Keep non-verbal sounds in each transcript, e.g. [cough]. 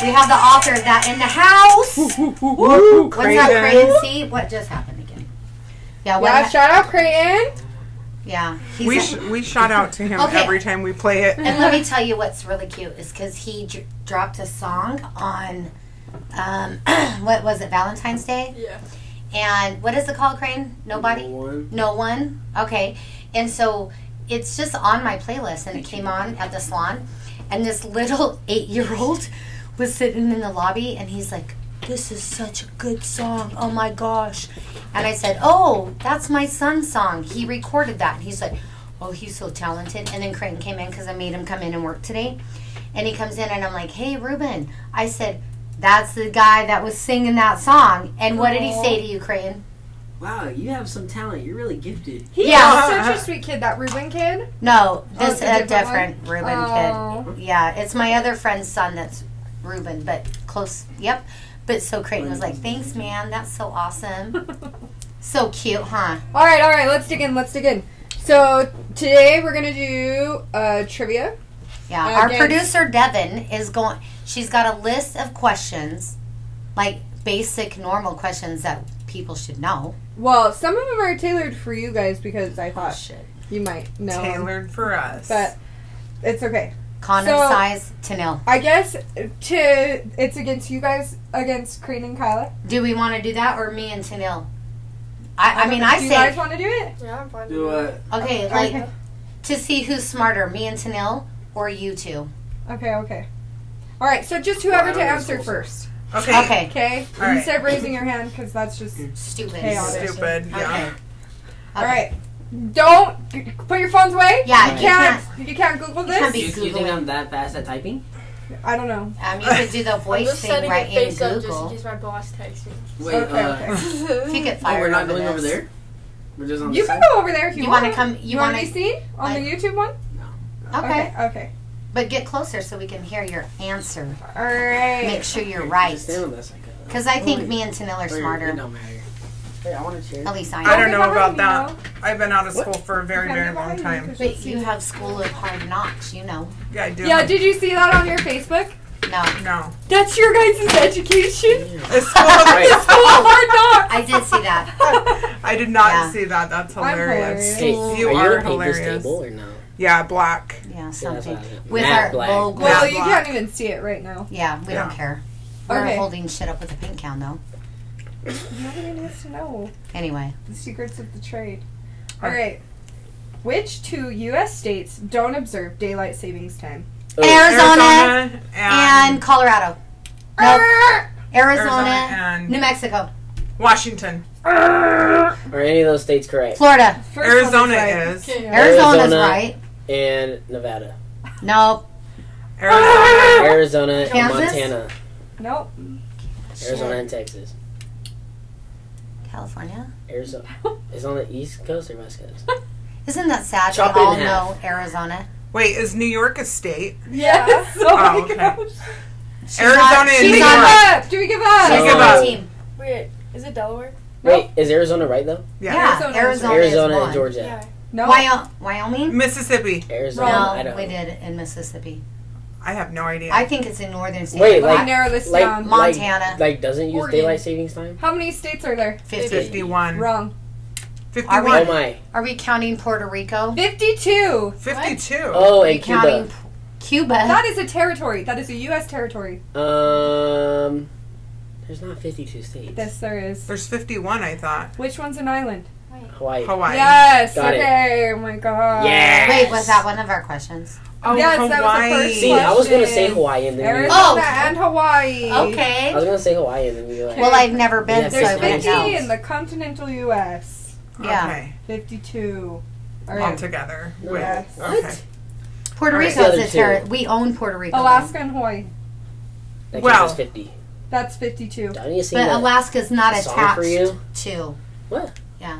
We have the author of that in the house. Woo, What's up, Creighton? See what just happened again? Yeah, what? Yeah, hap- shout out Creighton. yeah. He's We, sh- we shout out to him Okay. every time we play it. and let me tell you what's really cute is because he dr- dropped a song on, um, [clears throat] what was it, Valentine's Day? Yeah. And what is it called, Crane? Nobody? One. No one. Okay. And so it's just on my playlist, and it came on at the salon, and this little eight-year-old was sitting in the lobby, and he's like, "This is such a good song. Oh my gosh!" And I said, "Oh, that's my son's song. He recorded that." And he's like, "Oh, he's so talented." And then Creighton came in because I made him come in and work today, and he comes in, and I'm like, "Hey, Ruben," I said. That's the guy that was singing that song. And what did he say to you, Crane? Wow, you have some talent. You're really gifted. He Yeah. is such a sweet kid, that Ruben kid. No, Oh, this it's a a different, different Reuben Oh. kid. Yeah, it's my other friend's son that's Reuben, but close. Yep. But so Creighton was like, "Thanks, man. That's so [laughs] awesome. So cute, huh?" All right, all right, let's dig in, let's dig in. So today we're gonna do uh, trivia. Yeah. Uh, Our guys. producer Devin is going. She's got a list of questions, like basic normal questions that people should know. Well, some of them are tailored for you guys because I thought Oh, Shit. you might know. 'em, Tailored for us. But it's okay. Condom So- size to nil. I guess to it's against you guys against Crane and Kyla. Do we want to do that or me and Tanil? I, I don't mean, know. I do say you guys want to do it? Yeah, I'm fine. Do uh, what? okay, like to see who's smarter, me and Tanil or you two. Okay, okay. All right, so just whoever Well, I to don't know answer this first, okay. Okay. okay? All right. Instead of raising your hand, because that's just. Stupid. Chaotic. Stupid. Okay. Yeah. All right. Don't put your phones away. Yeah, you you can't. You can't Google you can't this. be- You, you think I'm that fast at typing? I don't know. Um, you could do the I'm voice just thing setting right it in face up just in Google. case my boss texts me. Wait, [laughs] okay, uh, okay. If you get oh, fired, we're not over going over this. there. We're just on You the can side. go over there if you, You want. want to come? You You want want to be to? seen on the I- YouTube one? Okay. Okay. But get closer so we can hear your answer. All right. Make sure you're Just right. Stand on that side. Kyla. Because I think Wait, me and Tanil are wait, It smarter. don't matter. Hey, I want to cheer. At least I I am. don't get know about behind me, that. though. I've been out of school for a very, You very can't get long time. behind me 'cause you'll But you see. have school of hard knocks, you know. Yeah, I do. Yeah. Did you see that on your Facebook? No. no. That's your guys' [laughs] education. It's school of- Right. oh, [laughs] I did see [laughs] that. hard knocks. I did not Yeah. see that. That's I'm hilarious. hilarious. You are, are you gonna paint hilarious. This table or no? Yeah, black. Yeah, Yeah, that's something. what I was- With Matte our black. logo. [laughs] Well, Matte you black. can't even see it right now. Yeah, we don't Yeah. care. We're Okay. holding shit up with a paint can, though. Nobody needs to know Anyway. the secrets of the trade. Oh. All right. Which two U.S. states don't observe daylight savings time? Oh, Arizona, and, and Colorado. [laughs] Nope. Arizona, Arizona and- New Mexico, Washington. Are any of those states correct? Florida. First one Arizona right. is. Okay. Arizona's Arizona. right. And Nevada. Nope. [laughs] Arizona. Arizona Kansas? and Montana. [laughs] Nope. Arizona Shit. and Texas. California. Arizona. Is on the east coast or west coast? Isn't that sad? Chop it we all in know half. Arizona. Wait, is New York a state? Yes. Oh, Oh, my okay. gosh. She's Arizona not- and Do we she's New give on, York. up? Do we give up? She's Yes. on Give my up. team. Wait, is it Delaware? Wait, is Arizona right though? Yeah. Yeah, Arizona, Arizona. is Arizona one. and Georgia. No. Wyo- Wyoming? Mississippi. Arizona, No, Idaho. we did in Mississippi. I have no idea. I think it's in northern states. Wait, Let me like- narrow this like- down. Montana. Like, doesn't use Oregon. daylight savings time? How many states are there? 50. 51. Wrong. Are 51. we- Oh my. Are we counting Puerto Rico? 52. 52. Oh, Are we and counting Cuba. P- Cuba? That is a territory. That is a U.S. territory. Um, there's not 52 states. Yes, there is. There's 51, I thought. Which one's an island? Hawaii. Hawaii. Yes. Got it. okay. Oh my god. Yeah. Wait, was that one of our questions? Oh, Yes, that was Hawaii. the first See, I was gonna Question. say Hawaii and then you- Arizona Oh. and Hawaii. I was Okay. gonna say Hawaii and then you were like, Well, I've never been, Yes, so I There's Sorry, wouldn't 50 in know. the continental U.S. Yeah. Okay. 52. All All right. together. No. Wait. Yes. Okay. Puerto Alright. Rico is The a other terror. two. We own Puerto Rico. though. Alaska and Hawaii. that Well. well, 50. That's 52. Don't you see But that? Alaska's not song for attached you? to. What? Yeah.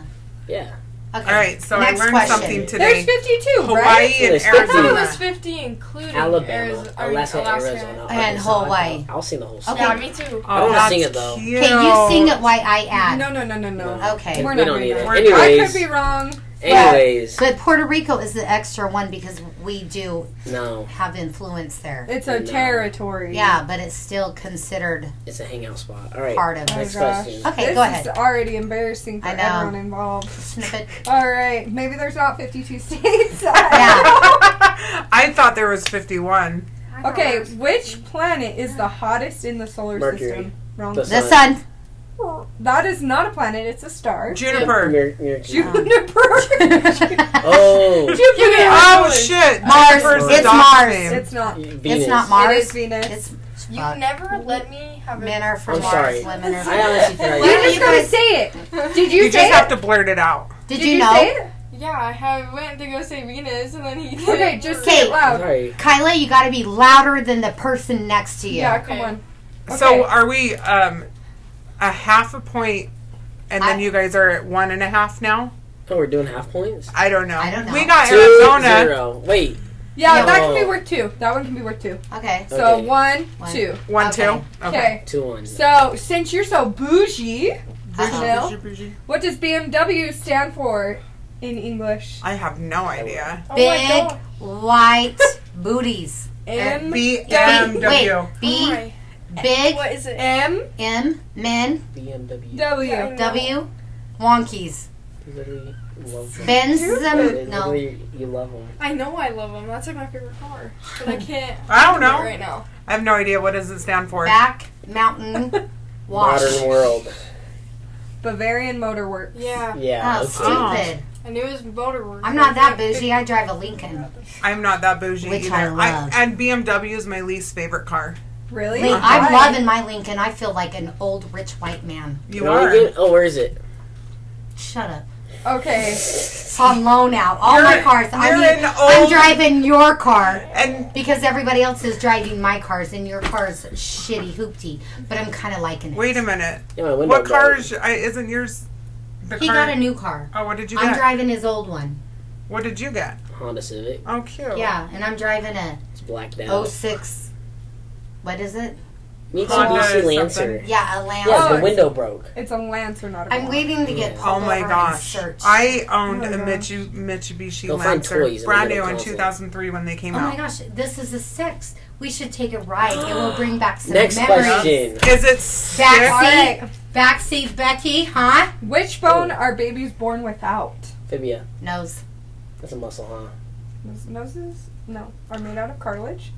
Yeah. Okay. All right, so Next I learned question. something There's today. 52, right? Hawaii and There's 50. I thought it Arizona. was 50, including Alabama, Arizo- I mean, Alaska, Arizona, And Arkansas. Hawaii. I'll sing the whole song. Okay. Yeah, me too. Oh, wanna that's sing it, though. Cute. Okay, you sing it while I add. No, no, no, no, no. Okay. We We're not don't doing need that. it. We're- I Anyways, could be wrong. Anyways, But Puerto Rico is the extra one because we do no, have influence there. It's a No. territory. Yeah, but it's still considered it's a hangout spot. All right. part of Oh, it. Next gosh. question. Okay, this go is ahead. already embarrassing for I know. everyone involved. [laughs] Snippet. All right, maybe there's not 52 [laughs] states. [laughs] Yeah. I thought there was 51. okay, which planet is the hottest in the solar Mercury. system? Wrong. The The sun. That is not a planet. It's a star. Juniper. Mer- Mer- [laughs] Juniper. [laughs] [laughs] oh, Jupiter. Oh shit! Mars. Juniper's the It's dog's Mars. name. it's not. Venus. It's not It Mars. is Venus. It's You Fuck. never let me have a men are from I'm Mars. sorry. Women are. From I honestly forgot. Why You're are you- just you gonna guys- say it. Did you, You say just have it? to blurt it out. Did, Did you, you, know, say it? [laughs] Yeah, I have went to go say Venus, and then he. Okay, just say it Okay. loud. Sorry. Kyla? You got to be louder than the person next to you. Yeah, Okay. come on. So Okay. are we um, a half a point, and then I- you guys are at one and a half now? Oh, we're doing half points. I don't know. I don't know. We got Two, Arizona. zero. Wait. Yeah, Yeah. that can be worth two. That one can be worth two. Okay. So Okay. one, One. two. One, Okay. two. Okay. Two ones. So since you're so bougie, Uh-oh. Janelle, what does BMW stand for in English? I have no idea. Oh my Big God. white booties. M BMW. B Oh my- big What is it? M M men BMW. W. W wonkies. Literally love them. Benz Literally, them. No. you love them. I know I love them. That's like my favorite car, but [laughs] I can't. I don't do it know. Right now. I have no idea what does it stand for. Back [laughs] mountain wash. Modern world. Bavarian Motor Works. Yeah, Yeah. Oh, okay. stupid. I knew it was motorworks. I'm not that bougie. I drive a Lincoln. I'm not that bougie Which either. I love. and BMW is my least favorite car. Really? Link, Why? I'm loving my Lincoln. I feel like an old rich white man. You No, are. we're good. Oh, where is it? Shut up. Okay. It's on loan out. All my You're- cars. I you're mean, an I'm old- driving your car And because everybody else is driving my cars, and your car's shitty hoopty. But I'm kind of liking it. wait a minute. Yeah, my window. What broke. car is, I- isn't yours? The He car. got a new car. oh, what did you I'm get? driving his old one. what did you get? Honda Civic. Oh, cute. Yeah, and I'm driving a It's blacked out. Oh, 06. What is it? Honda Mitsubishi is Lancer. Yeah, a Lambo. Yeah, Oh, the window broke. It's a Lancer, not a I'm Rover. waiting to get Yeah. Oh pulled my over gosh! and searched. I owned Oh my a gosh. Mitsu- Mitsubishi Go find Lancer, toys in the brand middle new in closet. 2003 when they came Oh my out. gosh, this is a six. We should take a ride. It will bring back some Next memories. question. Is Backseat, it six? All right. backseat Becky, huh? Which bone are babies born without? Fibia. Nose. That's a muscle, huh? Those Noses? No. Are made out of cartilage?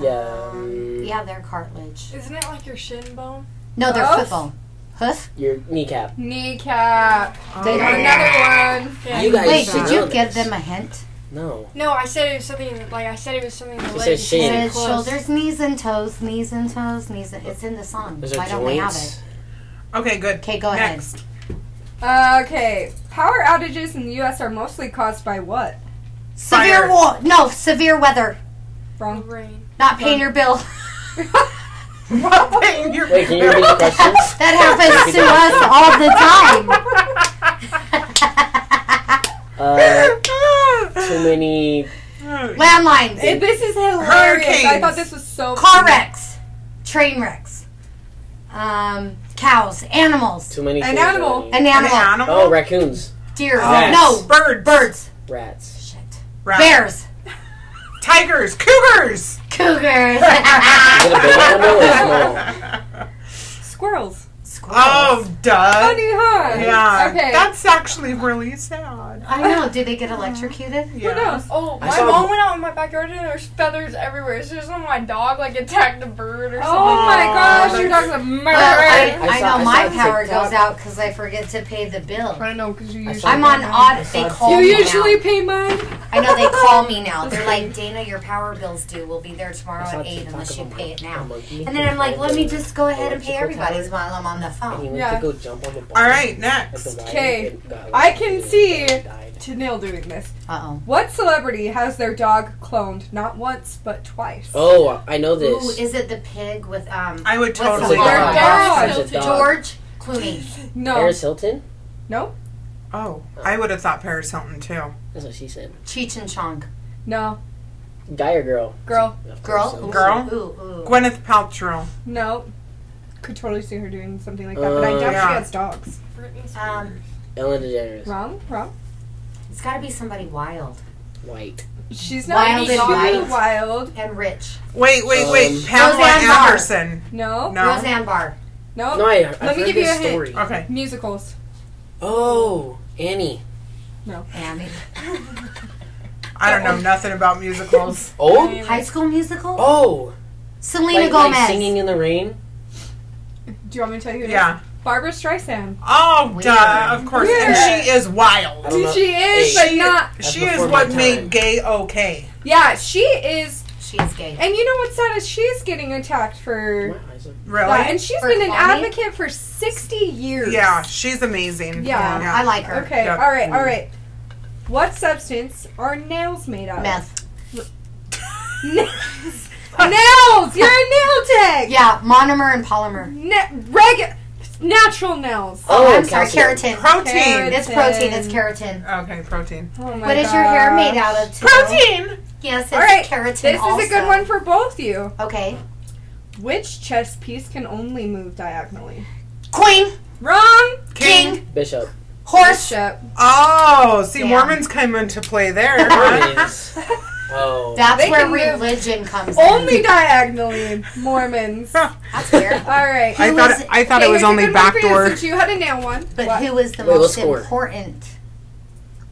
Yeah. Um, um, yeah, they're cartilage. Isn't it like your shin bone? No, they're Hoof? football. Hoof? Your kneecap. Kneecap. They Oh, don't yeah. Another one. Yeah. You guys- Wait, should did you know give this. them a hint? No. No, I said it was something like I said it was something. in the It says legs. shin. Something It is close. shoulders, knees, and toes, knees and toes, knees. And, it's in the song. Those Why are don't we have joints. it? Okay, good. Okay, go ahead. Next. [laughs] Uh, Okay. Power outages in the U.S. are mostly caused by what? Severe Fire. war. No, severe weather. The Wrong. [laughs] brain. Not paying your bill. [laughs] Wait, you're- Wait, can you repeat [laughs] the question? That happens to us all the [laughs] time. [laughs] [laughs] Uh, too many. Landlines, Eh, this is hilarious. I Hurricanes. thought this was so car funny. wrecks, train wrecks, um, cows, animals, Too many. An things animal. running. an An animal, animal? Oh, raccoons. deer. Rats. No, birds. birds. Rats. Shit. Rats. Bears, Tigers. Cougars. [laughs] cougers, Is it a [laughs] big animal or small? squirrels. Squirrels. [laughs] Oh, duh. Funny, huh? Yeah. Okay. That's actually really sad. I know. Do they get electrocuted? Who knows? Oh, I my saw- mom went out in my backyard and there's feathers everywhere. So there's one my dog like attacked a bird or Oh something. my gosh, that's- your dog's a Well, murderer. I, I, I saw- know I my saw power TikTok. goes out because I forget to pay the bill. I know, because you I usually. saw- I'm on odd. saw They it. call You me usually now. pay mine? I know they call me now. They're like, Dana, your power bill's due. We'll be there tomorrow I saw at eight TikTok unless you of a pay it monkey- a now. monkey And then I'm like, let me climbed just go ahead and pay electrical tower. everybody's while I'm on the And he phone. went Yeah. to go jump on the bar. All right, at the next. light Okay. and got I can electrocuted see- and died. Tanil doing this. Uh oh. What celebrity has their dog cloned not once but twice? Oh, I know this. Ooh, is it the pig with um I would the totally. word? go. Dog. It's a dog. George Clooney? no. Paris Hilton? no. Oh, I would have thought Paris Hilton too. That's what she said. Cheech and Chong. No. Guy or girl? Girl. Of Girl? course, so- Ooh, Girl? Ooh, ooh. Gwyneth Paltrow. No. Could totally see her doing something like that, but I Uh, doubt yeah. she has dogs. Britney Spears. Um, Ellen DeGeneres. Wrong? Wrong? It's got to be somebody wild White. She's not Wild and super white. wild. and rich. Wait, wait, wait. Um, Pamela Roseanne Barr. Anderson. No. No. Roseanne Barr. No. No, I, I've Oh, Let me heard give you this a hint. Uh, story. Okay. Musicals. Oh, Annie. And I don't know nothing about [laughs] musicals. Oh. High School Musical. Oh. Selena Like, Gomez. like singing in the rain. Do you want me to tell you? who it is? Yeah. Barbara Streisand. Oh, duh. Weird. Of course. Weird. And she is wild. I don't know. She is, Hey. but not. That's she is before what my time. made gay okay. Yeah, she is. She's gay. And you know what's sad is she's getting attacked for My eyes are- Really? that, and she's For been an Kwame? advocate for sixty years. yeah, she's amazing. Yeah. I like her. Okay. Yeah. All right. All right. What substance are nails made of? Meth. [laughs] Nails. nails. You're a nail tag. Yeah, monomer and polymer. Na- regu- natural nails. Oh, Oh, I'm sorry, calcium. keratin. Protein. Karen. It's protein. It's keratin. Okay, protein. Oh my What is your hair made gosh. out of? too? Protein! Yes, it's All right, keratin. This is a good also. one for both you. Okay. Which chess piece can only move diagonally? Queen, Wrong. king, Bishop. horse. Bishop. Oh, see, Yeah. Mormons come into play there. [laughs] There it [laughs] is. Oh. That's They where can move religion comes Only [laughs] in. diagonally, Mormons. All That's weird. right. I Who thought was- I thought it Okay, was here's a only good one for you backdoor. since You had a nail one. But What? who is the Wait, most let's score. important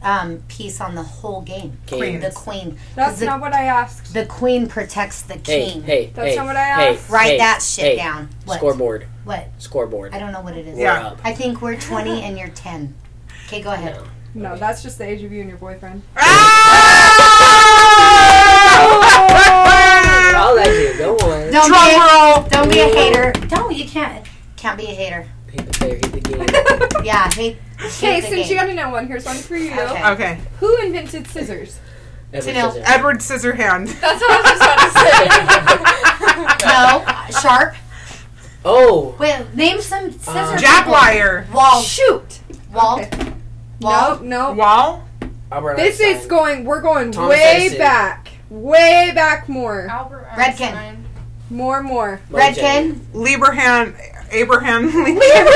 um, piece on the whole game? King. The queen. 'Cause That's the, not what I asked. the queen protects the Hey, king. hey, That's hey, not what I hey, asked. Write hey, that shit hey. down. What? Scoreboard. What? Scoreboard. I don't know what it is. We're Yeah. up. I think we're 20 and you're 10. Okay, go ahead. No, that's just the age of you and your boyfriend. Ah! I'll let you. Don't worry. Don't, be Drum a, roll. don't be a hater. Don't. You can't. Can't be a hater. Hate the player, hate the [laughs] game. okay, Yeah. Hate. hate the since you game. got a nail one, here's one for you. Okay. Okay, Who invented scissors? Edward know. Scissorhands. Edward Scissorhand. That's what I was just about to say. No. Sharp. [laughs] Oh, Wait. Name some scissor. Uh, Jack people. Wire. Wall. Shoot. Wall. Oh. Wall. No, no. Wall. Albert This Einstein. is going. We're going Thomas way Edison. back, way back. More, [laughs] Albert Redken. Einstein. more, [laughs] more. Mojang. Redken. Lieberhan. Abraham [laughs] Lincoln.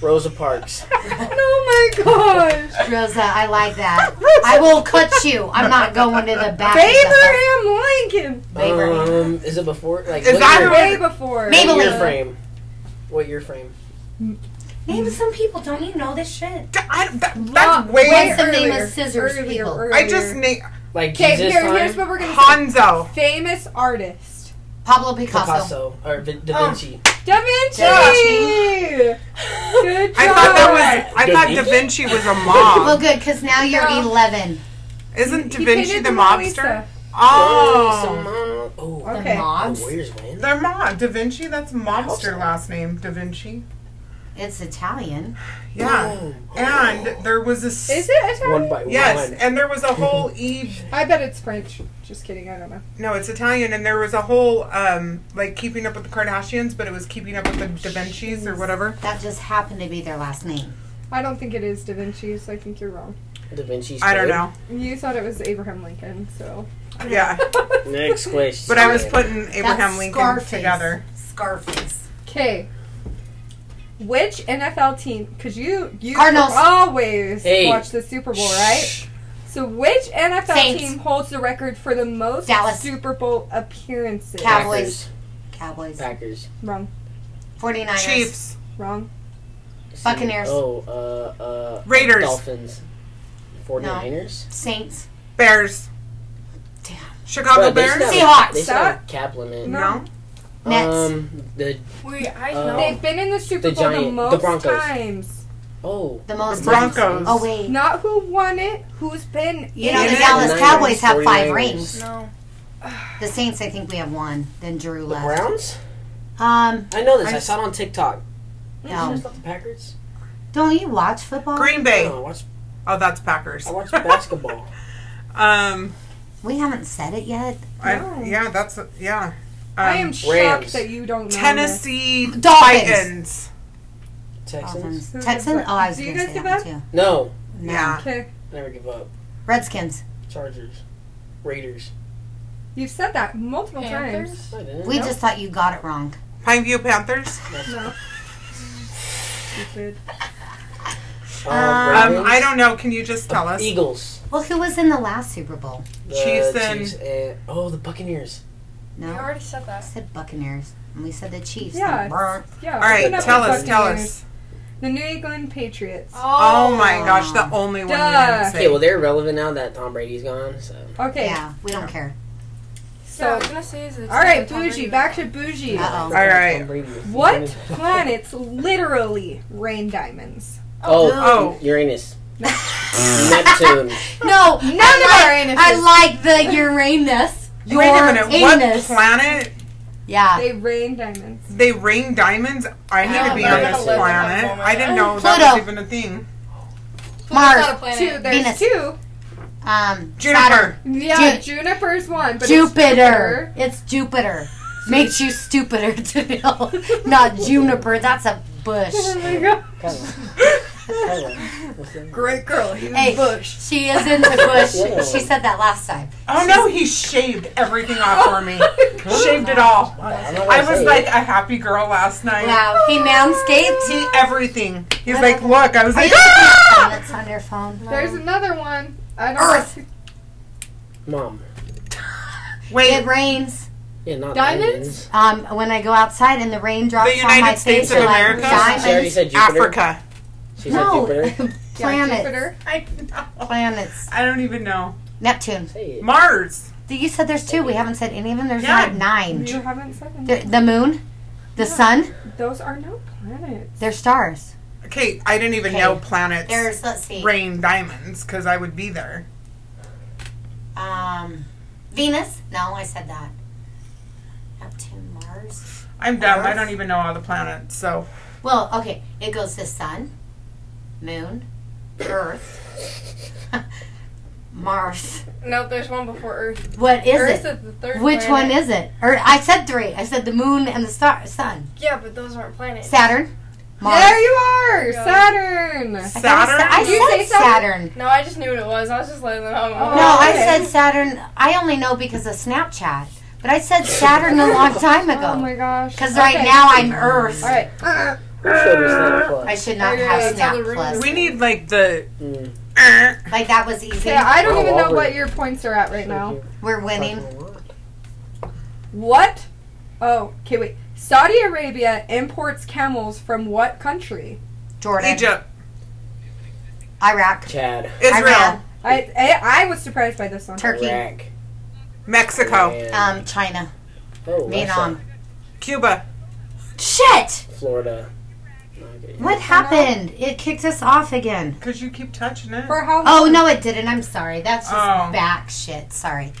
Rosa Parks. oh my gosh. Rosa. I like that. I will cut you. I'm not going to the back. of Abraham Lincoln. the- Abraham. Um, is it before? Like, Is what that year, who- Way before. Mabel- what year Maybelline? frame? What year frame? Name some people. Don't you know this shit? D- I, that, Not- that's way. What's the earlier, name of scissors earlier, people? earlier. I just need Like Okay, Jesus here, time? here's what we're gonna say. Hanzo. Famous artist. Pablo Picasso. Picasso or Vin- Da Oh. Vinci. Da Vinci. Good [laughs] job. I thought that was. I Da thought Da Vinci Vinci? was a Well, mob. good, because now you're No. 11. Isn't Da He Vinci painted the Mona mobster? Lisa. Oh, Oh, Okay. The oh, mobs. where's Wayne? they're mob. Da Vinci. That's mobster last name. Da Vinci. It's Italian. Yeah. And there was a. s- Oh. Is it Italian? One by one. Yes, and there was a whole Eve I bet it's French. Just kidding. I don't know. No, it's Italian, and there was a whole um like Keeping Up with the Kardashians, but it was Keeping Up with the Da Vinci's or whatever. That just happened to be their last name. I don't think it is Da Vinci's. I think you're wrong. Da Vinci's. I don't code. know. You thought it was Abraham Lincoln, so. Yeah, [laughs] Next question. but I was putting Abraham That's Lincoln Scarface. together. Scarface. Okay. Which NFL team? Because you you Cardinals. always Hey. watch the Super Bowl, right? So which NFL Saints. team holds the record for the most Dallas. Super Bowl appearances? Cow- Cowboys. Cowboys. Packers. Wrong, 49ers. Chiefs, wrong. Packers. Buccaneers. Oh, uh, uh. Raiders. Dolphins. 49ers. Saints. Bears, Damn. Chicago Bruh, they Bears. should Seahawks. have- They should have a cap limit. No. No, Nets. Um, the Wait, I Uh, know. They've been in the Super The Bowl the Giant- the most Broncos. times. oh, The most. The Broncos. Oh, wait. Not who won it, who's been. You in know, it. the Niners, Dallas Cowboys have five 49ers. rings. no. The Saints, I think we have one. Then Drew the left. Browns. Um, I know this. I- I, saw it on TikTok. No. It's not the Packers. don't you watch football? Green Bay. No, I watch. Oh, that's Packers. I [laughs] watch basketball. um, We haven't said it yet. I, No. yeah, that's yeah. Um, I am shocked Rams. that you don't know. this. Tennessee Dolphins. Titans. Texans. Dolphins. Who Texans? gives up? Oh, I was Do you going to guys say that give one, too. No, No. Yeah. Okay, never give up. Redskins. Chargers. Raiders. you've said that multiple times. Panthers? No, I didn't. We just thought you got it wrong. [sighs] Pineview Panthers. That's- No. Stupid. Um, Um, I don't know. Can you just tell us? Uh, Eagles. Well, who was in the last Super Bowl? The Chiefs and- and- oh, the Buccaneers. You No, already said I that. said Buccaneers, and we said the Chiefs. Yeah. Like, brr. Yeah. All right, open up tell the us, tell Buccaneers. us. The New England Patriots. Oh my gosh, the only one we Duh. didn't say. Okay, well they're relevant now that Tom Brady's gone. So Okay. Oh, Yeah, we don't care. So I So, was gonna say is it- all right, Tom bougie. Brady. Back to bougie. Uh-oh. All right. Tom Brady was- What planets literally rain diamonds? Oh, Oh. Uranus, No. Neptune. No, none of our I, anuses. I like the Uranus. Your Wait a minute, what anus. planet? Yeah. They rain diamonds. They rain diamonds? I need Yeah, to be I'm on gonna this live in that planet. moment. I didn't know that Pluto. was even a thing. Pluto's Mars. not a planet. Two. There's Venus. two. Um, Saturn. Juniper. Yeah, Ju- Juniper's one, but Jupiter. It's Jupiter. Makes you stupider [laughs] to know. Not Juniper. That's a bush. It's Jupiter. Oh my god. Great girl. He Hey, she is in the Yeah. bush. she said that last time. Oh no, he shaved everything off for me. shaved it all. Oh, I was like a happy girl last night. Wow. He manscaped. He everything. He's like, look. I [laughs] was like, ah! That's on your phone. There's another one. I don't Earth. mom. It wait. rains. Yeah, not Diamonds? diamonds. Um, when I go outside and the rain drops The on my United States face, of you're like, America. diamonds. She already said Jupiter. Africa. She said No, Jupiter. Yeah, planets. Jupiter. I know. Planets. I don't even know. Neptune. Say it. Mars. You said there's two. We haven't said any of them. There's Yeah. like nine. You haven't said them. The, the moon, the sun, Those are no planets. they're stars. Okay, I didn't even Okay. know planets. There's let's see. rain diamonds because I would be there. Um, Venus. No, I said that. Neptune, Mars. I'm dumb. I Earth? don't even know all the planets. So Well, okay. It goes to sun, moon, Earth, [laughs] Mars. No, there's one before Earth. What is Earth it? is the third. Which one planet. is it? Or I said three. I said the moon and the star, sun, Yeah, but those aren't planets. Saturn, Mars. There you are, Yeah. Saturn. I kinda Saturn. sa- I Did you said say Saturn? Saturn. No, I just knew what it was. I was just letting them know. Oh. No, I okay. said Saturn. I only know because of Snapchat, but I said Saturn a [laughs] long time Oh ago. my gosh. Because right Okay. now I'm Earth. All right. Who showed us that I plus? should not Okay, have that's how Snap the Plus. rumors- we need like the. Mm. Uh, Like that was easy. Okay, I don't Oh, even know Aubrey. what your points are at right now. We're winning. What? Oh, okay, wait. Saudi Arabia imports camels from what country? Jordan, Egypt, Iraq, Chad. Israel, Iran, I, I I was surprised by this one. Turkey, Iraq. Mexico, Iran. um, China, oh, Vietnam. Russia, Cuba. Shit! Florida. Okay. What happened? It kicked us off again. Because you keep touching it. For how Oh no, it didn't. I'm sorry. That's just Oh. back shit. Sorry.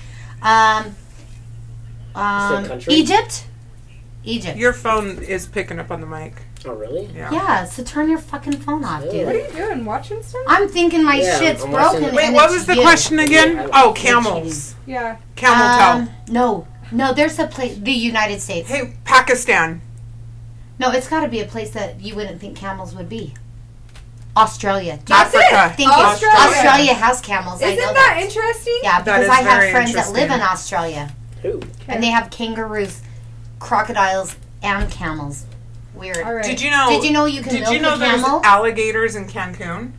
Um, um, country? Egypt, Egypt. Your phone is picking up on the mic. Oh, really? Yeah. yeah, so turn your fucking phone off, Ew. dude. What are you doing? Watching stuff? I'm thinking my Yeah, shit's I'm broken. watching- Wait, and what it's was the you. question Yeah, again? I- Oh, It's camels. Yeah. Camel Um, toe. no, no. There's a place. The United States. Hey, Pakistan. No, it's got to be a place that you wouldn't think camels would be. Australia. Do you That's it. Africa. think Australia. Australia. Australia has camels? I Isn't know that, that. interesting? yeah, That because is I have very friends that live in interesting. Australia, Who? and they have kangaroos, crocodiles, and camels. Weird. All right. Did you know? Did you know you can Did milk you know a there's camel? alligators in Cancun?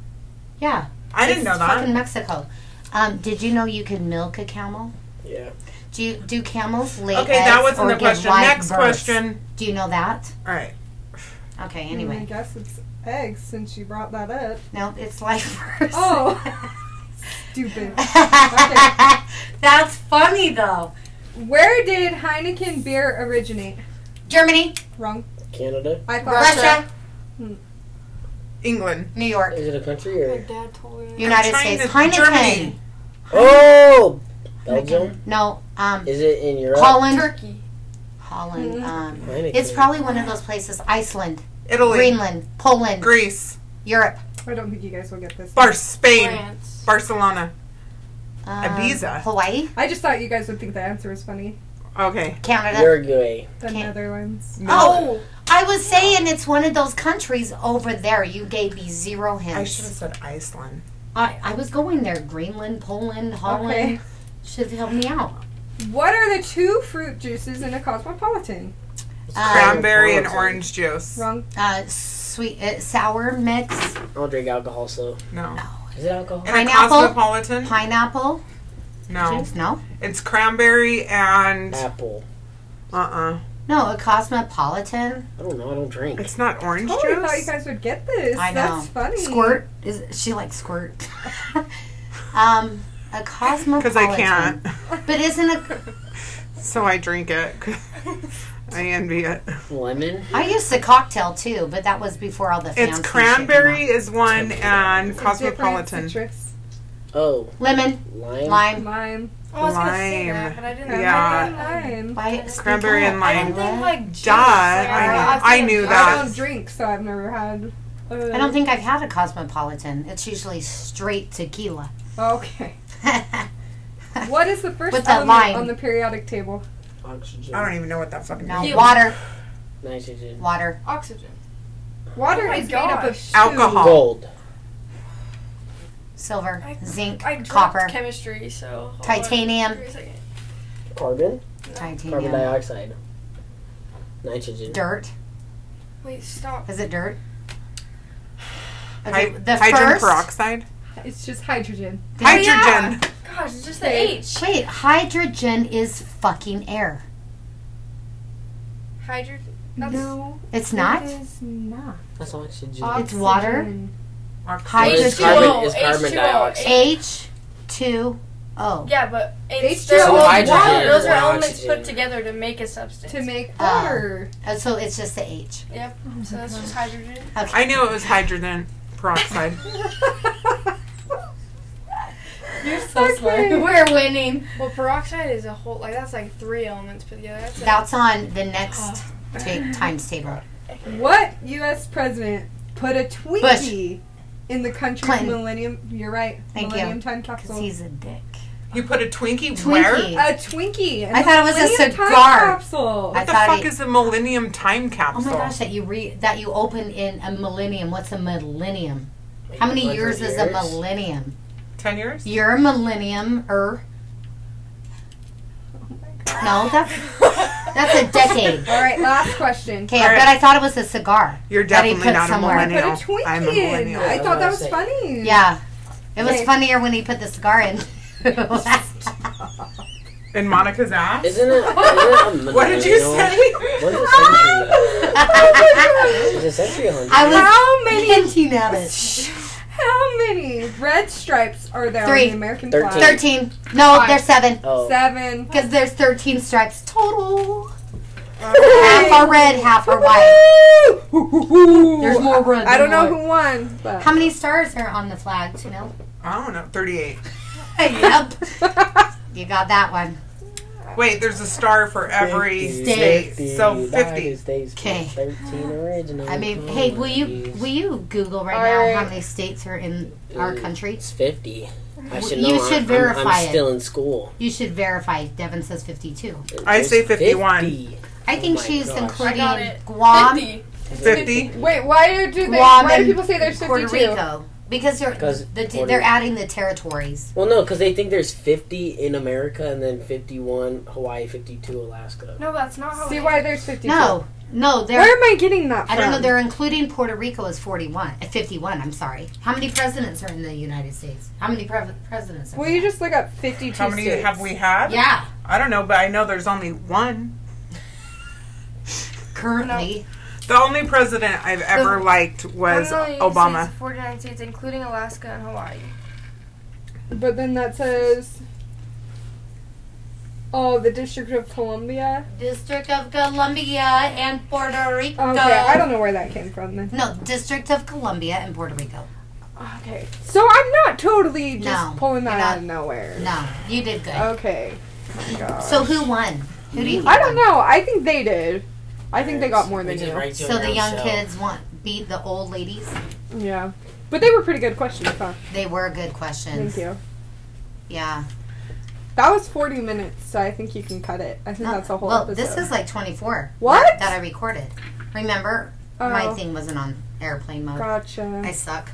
yeah, I didn't it's know Fucking that. Mexico. Um, did you know you can milk a camel? Yeah. Do you, do camels lay Okay, eggs that wasn't or the give question. live Next births? question. Do you know that? All right. Okay. Hmm, I Anyway, guess it's eggs since you brought that up. no, it's live births. [laughs] Oh. Stupid. That's funny though. Where did Heineken beer originate? Germany, Wrong. Canada? I thought Russia, England. New York, Is it a country My or? dad told me. that. United trying States, to- Heineken. Germany. Oh! Belgium? No, um, Is it in Europe? Holland. Turkey. Holland. Mm-hmm. Mhm. Um, Heineken. it's probably one of those places. Iceland, Italy. Greenland, Poland, Greece. Europe. I don't think you guys will get this. Bar Spain. France. Barcelona. Um, Ibiza. Hawaii, I just thought you guys would think the answer was funny. Okay. Canada. Uruguay. The Can't- Netherlands. Oh, I was saying it's one of those countries over there. You gave me zero I should have hints. said Iceland. I, I was going there. Greenland, Poland, Holland. Okay. Should have helped me out. What are the two fruit juices in a cosmopolitan? It's Uh, called Cranberry and Napolitan. orange juice. Wrong. Uh, s- sweet uh, sour mix, I'll drink alcohol slow. No. Is it alcohol? And a Pineapple? cosmopolitan? pineapple. no. No, It's cranberry and uh Apple. uh no, a cosmopolitan I don't know. I don't drink. It's not orange Totally Oh, thought you juice. guys would get this. I know. That's funny. squirt. Is she like squirt? [laughs] um, [laughs] a cosmopolitan. Because I can't. But isn't a So I drink it. I envy it. Lemon. I used the cocktail too, but that was before all the fancy. It's shit came cranberry is one and It's a different cosmopolitan. Citrus, Oh, out. lemon, lime. lime. lime, I was gonna say Lime. that, but I didn't. Yeah. I, didn't know. lime. Why speak Cranberry up, and I lime. didn't Ira? think like juice. Duh, Like, I I, knew- I knew thinking that. I don't drink, so I've never had. uh, I don't think I've had a cosmopolitan. It's usually straight tequila. [laughs] Okay. no, What is the first With that element lime. on the periodic table? Oxygen. I don't even know what that fucking is. You- water, Nitrogen. water. Oxygen. Water Oh my is made up of gosh. two. Alcohol. Gold. silver, I- zinc, I dropped copper, chemistry, so hold on. Titanium. Give me a second. Carbon. Carbon titanium, dioxide. Nitrogen. dirt. Wait, stop. Is it dirt? Hy- Okay, the hydrogen first. Oh, peroxide. It's just hydrogen. Hydrogen. Gosh, it's just the Okay. H. Wait, hydrogen is fucking air. Hydrogen. That's no, It's not. It is not. That's oxygen. It's water. Oxygen. What is H2O, carbon? Is carbon H2O. dioxide. H two O. Yeah, but it's H2O. they're So all hydrogen water. Those or are elements oxygen. put together to make a substance. To make Oh, Ah. water. [laughs] Uh, So it's just the H. Yep. So that's just hydrogen. Okay. I knew it was hydrogen peroxide. You're so smart. We're winning. Well, peroxide is a whole like that's like three elements put together. That's, That's on the next ta- times table. What U.S. president put a Twinkie in the country's Clinton. millennium? You're right. Thank you. millennium time Because capsule. he's a dick. You put a Twinkie, where? Twinkie. A Twinkie. in I the thought it was a Millennium Time cigar. Capsule. I What the thought fuck he- is a Millennium Time Oh Capsule? my gosh, that you re- that you open in a millennium. What's a millennium? How many years is a millennium? Ten years? You're a millennium er. Oh No, that's that's a [laughs] decade. All right, last [laughs] question. Okay, All I right. bet I thought it was a cigar. You're That he definitely put not a somewhere. Put a millennial. Twinkie I'm a in. millennial. I Yeah, thought that was that's what funny. [laughs] Yeah, it was Okay. funnier when he put the cigar in. [laughs] In Monica's ass? Isn't it? Isn't it [laughs] a What did you millennial? say? What is a Oh century? Is [laughs] a century a hundred? I was How [laughs] many- hinting at it. How many red stripes are there on Three. the American Thirteen. flag? Thirteen. No, Five. there's seven. Oh. Seven. Because there's thirteen stripes total. Yay. Half are red, half are white. There's There's more red. I don't than know white. who won, but How many stars are on the flag? do You know. [laughs] I don't know. Thirty-eight. [laughs] yep. You got that one. Wait, there's a star for every Fifty. state. So United fifty. States with Okay. Thirteen original. I mean, hey, will you will you Google right Alright. now how many states are in our Mm. country? It's fifty. I should You should know. I'm- I'm, I'm, verify it. still in school. You should verify. Devin says fifty-two. I say It's 51. 50. I Oh think my she's gosh. including I got it. Guam, 50. Fifty. [laughs] Wait, why do they? Guam, why do and people say there's Puerto fifty-two? Rico because they're 'Cause the, Puerto- they're adding the territories. Well, no, because they think there's 50 in America and then 51 Hawaii, 52 Alaska. No, that's not how. Oh, See it- why there's fifty-two? No, no, they're. Where am I getting that I from? don't know. They're including Puerto Rico as 41, uh, 51. I'm sorry. How many presidents are in the United States? How many pre- presidents? Are Will there? you just look up fifty-two? How many states? have we had? Yeah, I don't know, but I know there's only one. currently. The only president I've ever liked was One million Obama. States, Forty-nine states, including Alaska and Hawaii. But then that says. Oh, the District of Columbia. District of Columbia and Puerto Rico. Okay, I don't know where that came from then. No, District of Columbia and Puerto Rico. Okay, so I'm not totally just No, pulling that you're out of nowhere. No, you did good. Okay. My God. so who won? Who do you? think Oh. I don't won? know. I think they did. I think they got more We than just you. write you So on the your young cell. kids want beat the old ladies. Yeah. But they were pretty good questions, huh? They were good questions. Thank you. Yeah. That was 40 minutes, so I think you can cut it. I think No, that's a whole Oh, well, episode. this is like 24. What? That I recorded. Remember, oh, my thing wasn't on airplane mode. Gotcha. I suck.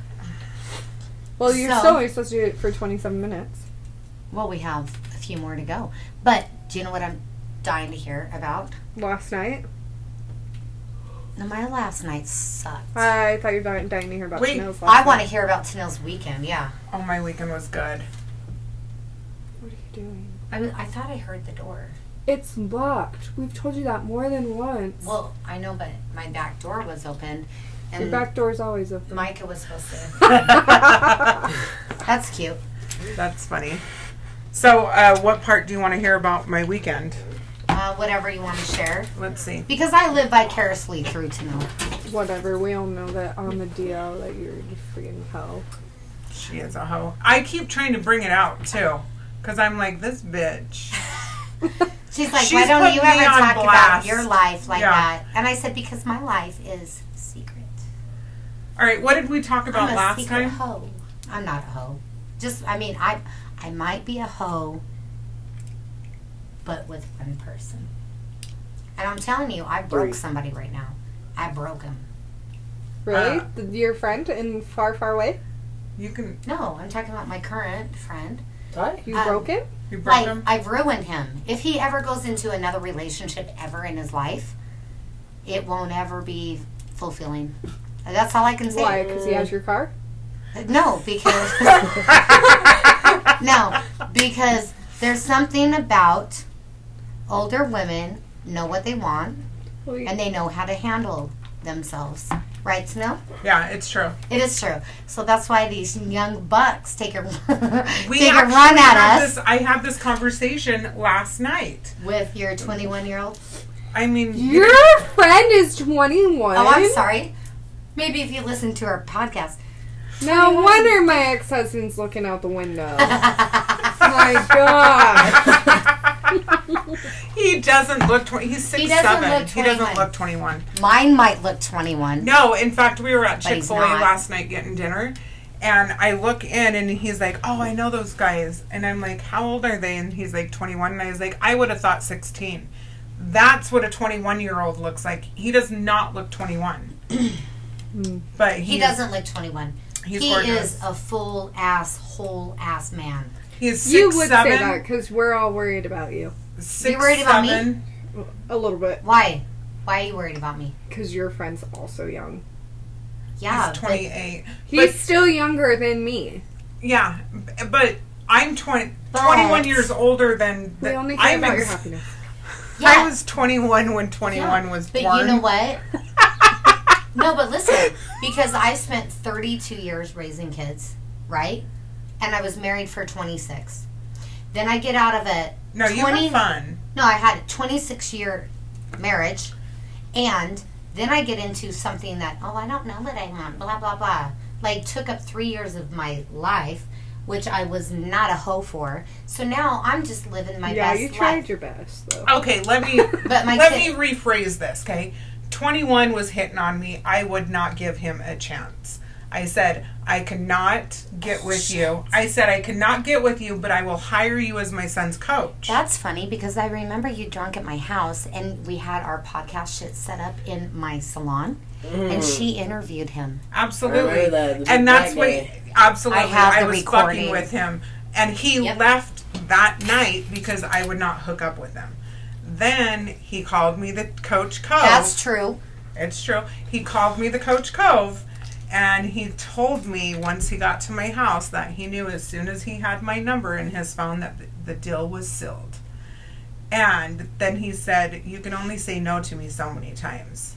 well, you're so- still only supposed to do it for 27 minutes. Well, we have a few more to go. But do you know what I'm dying to hear about? Last night. No, my last night sucked. I thought you were dying dying to hear about Wait, Chanel's last I want to night. hear about Tanil's weekend. Yeah, Oh, my weekend was [laughs] good. What are you doing? I mean, I thought I heard the door. It's locked. We've told you that more than once. Well, I know, but my back door was open, Your and back door's always open. Micah was supposed to. [laughs] That's That's cute. funny. So, uh, what part do you want to hear about my weekend? Uh, whatever you want to share, Let's see. because I live vicariously through Tanil. Whatever. We all know that on the DL that you're just freaking hell. She is a hoe. I keep trying to bring it out too, because I'm like this bitch. She's like, She's why don't putting you me ever on talk about blast." your life like Yeah. that? And I said, because my life is secret. All right, what did we talk about I'm a last secret time? hoe. I'm not a hoe. Just, I mean, I, I might be a hoe, but with one person. And I'm telling you, I broke Three. somebody right now. I broke him. Really? Uh. Th- Your friend in far, far away? You can No, I'm talking about my current friend. Ty? You Um, broke it? you broke Like, them. I've ruined him. If he ever goes into another relationship ever in his life, it won't ever be fulfilling. That's all I can say. Why? Because he has your car? No, because [laughs] no, because there's something about older women know what they want Well, you- and they know how to handle themselves. Right, Snow? Yeah, it's true. It is true. So that's why these young bucks take a [laughs] We take a actually run at had us This, I had this conversation last night. with your 21 year old. I mean, you Your friend is 21. Oh, I'm sorry. Maybe if you listen to our podcast. No wonder my ex husband's looking out [laughs] the window. my god. He doesn't look 20. He's 6'7. He He doesn't doesn't, look he doesn't 21. look 21. Mine might look 21. No, in fact, we were at But Chick he's fil A not. last night getting dinner, and I look in and he's like, Oh, I know those guys. And I'm like, How old are they? And he's like, 21. And I was like, I would have thought 16. That's what a 21 year old looks like. He does not [clears throat] look 21. but He he's- doesn't look 21. He's he gorgeous. is a full ass, whole ass man. He is 6'7. you would say that because we're all worried about you. You worried about me? 6'7". A little bit. Why? Why are you worried about me? Because your friend's also young. Yeah, He's but- 28. He's But- still younger than me. Yeah, but I'm 20, But- 21 years older than. We the- only care I'm about your ex- happiness. yeah, I was 21 when 21 yeah. was But born. you know what? no, but listen, because I spent 32 years raising kids, right? And I was married for 26. Then I get out of it. No, you 20 were fun. No, I had a 26 year marriage, and then I get into something that oh I don't know what I want blah blah blah. Like took up three years of my life, which I was not a hoe for. So now I'm just living my yeah, best you tried life. your best though. Okay, let [laughs] me But my let kid- me rephrase this. Okay, 21 was hitting on me. I would not give him a chance. I said I cannot get with you. I said I cannot get with you, but I will hire you as my son's coach. That's funny because I remember you drunk at my house and we had our podcast shit set up in my salon and she Mm. interviewed him. Absolutely. Remember that, the and big that's black what guy. absolutely I have I the was recording. fucking with him and he Yep. left that night because I would not hook up with him. Then he called me the coach cove. That's true. it's true. He called me the coach cove and he told me once he got to my house that he knew as soon as he had my number in his phone that the- the deal was sealed. And then he said, "You can only say no to me so many times."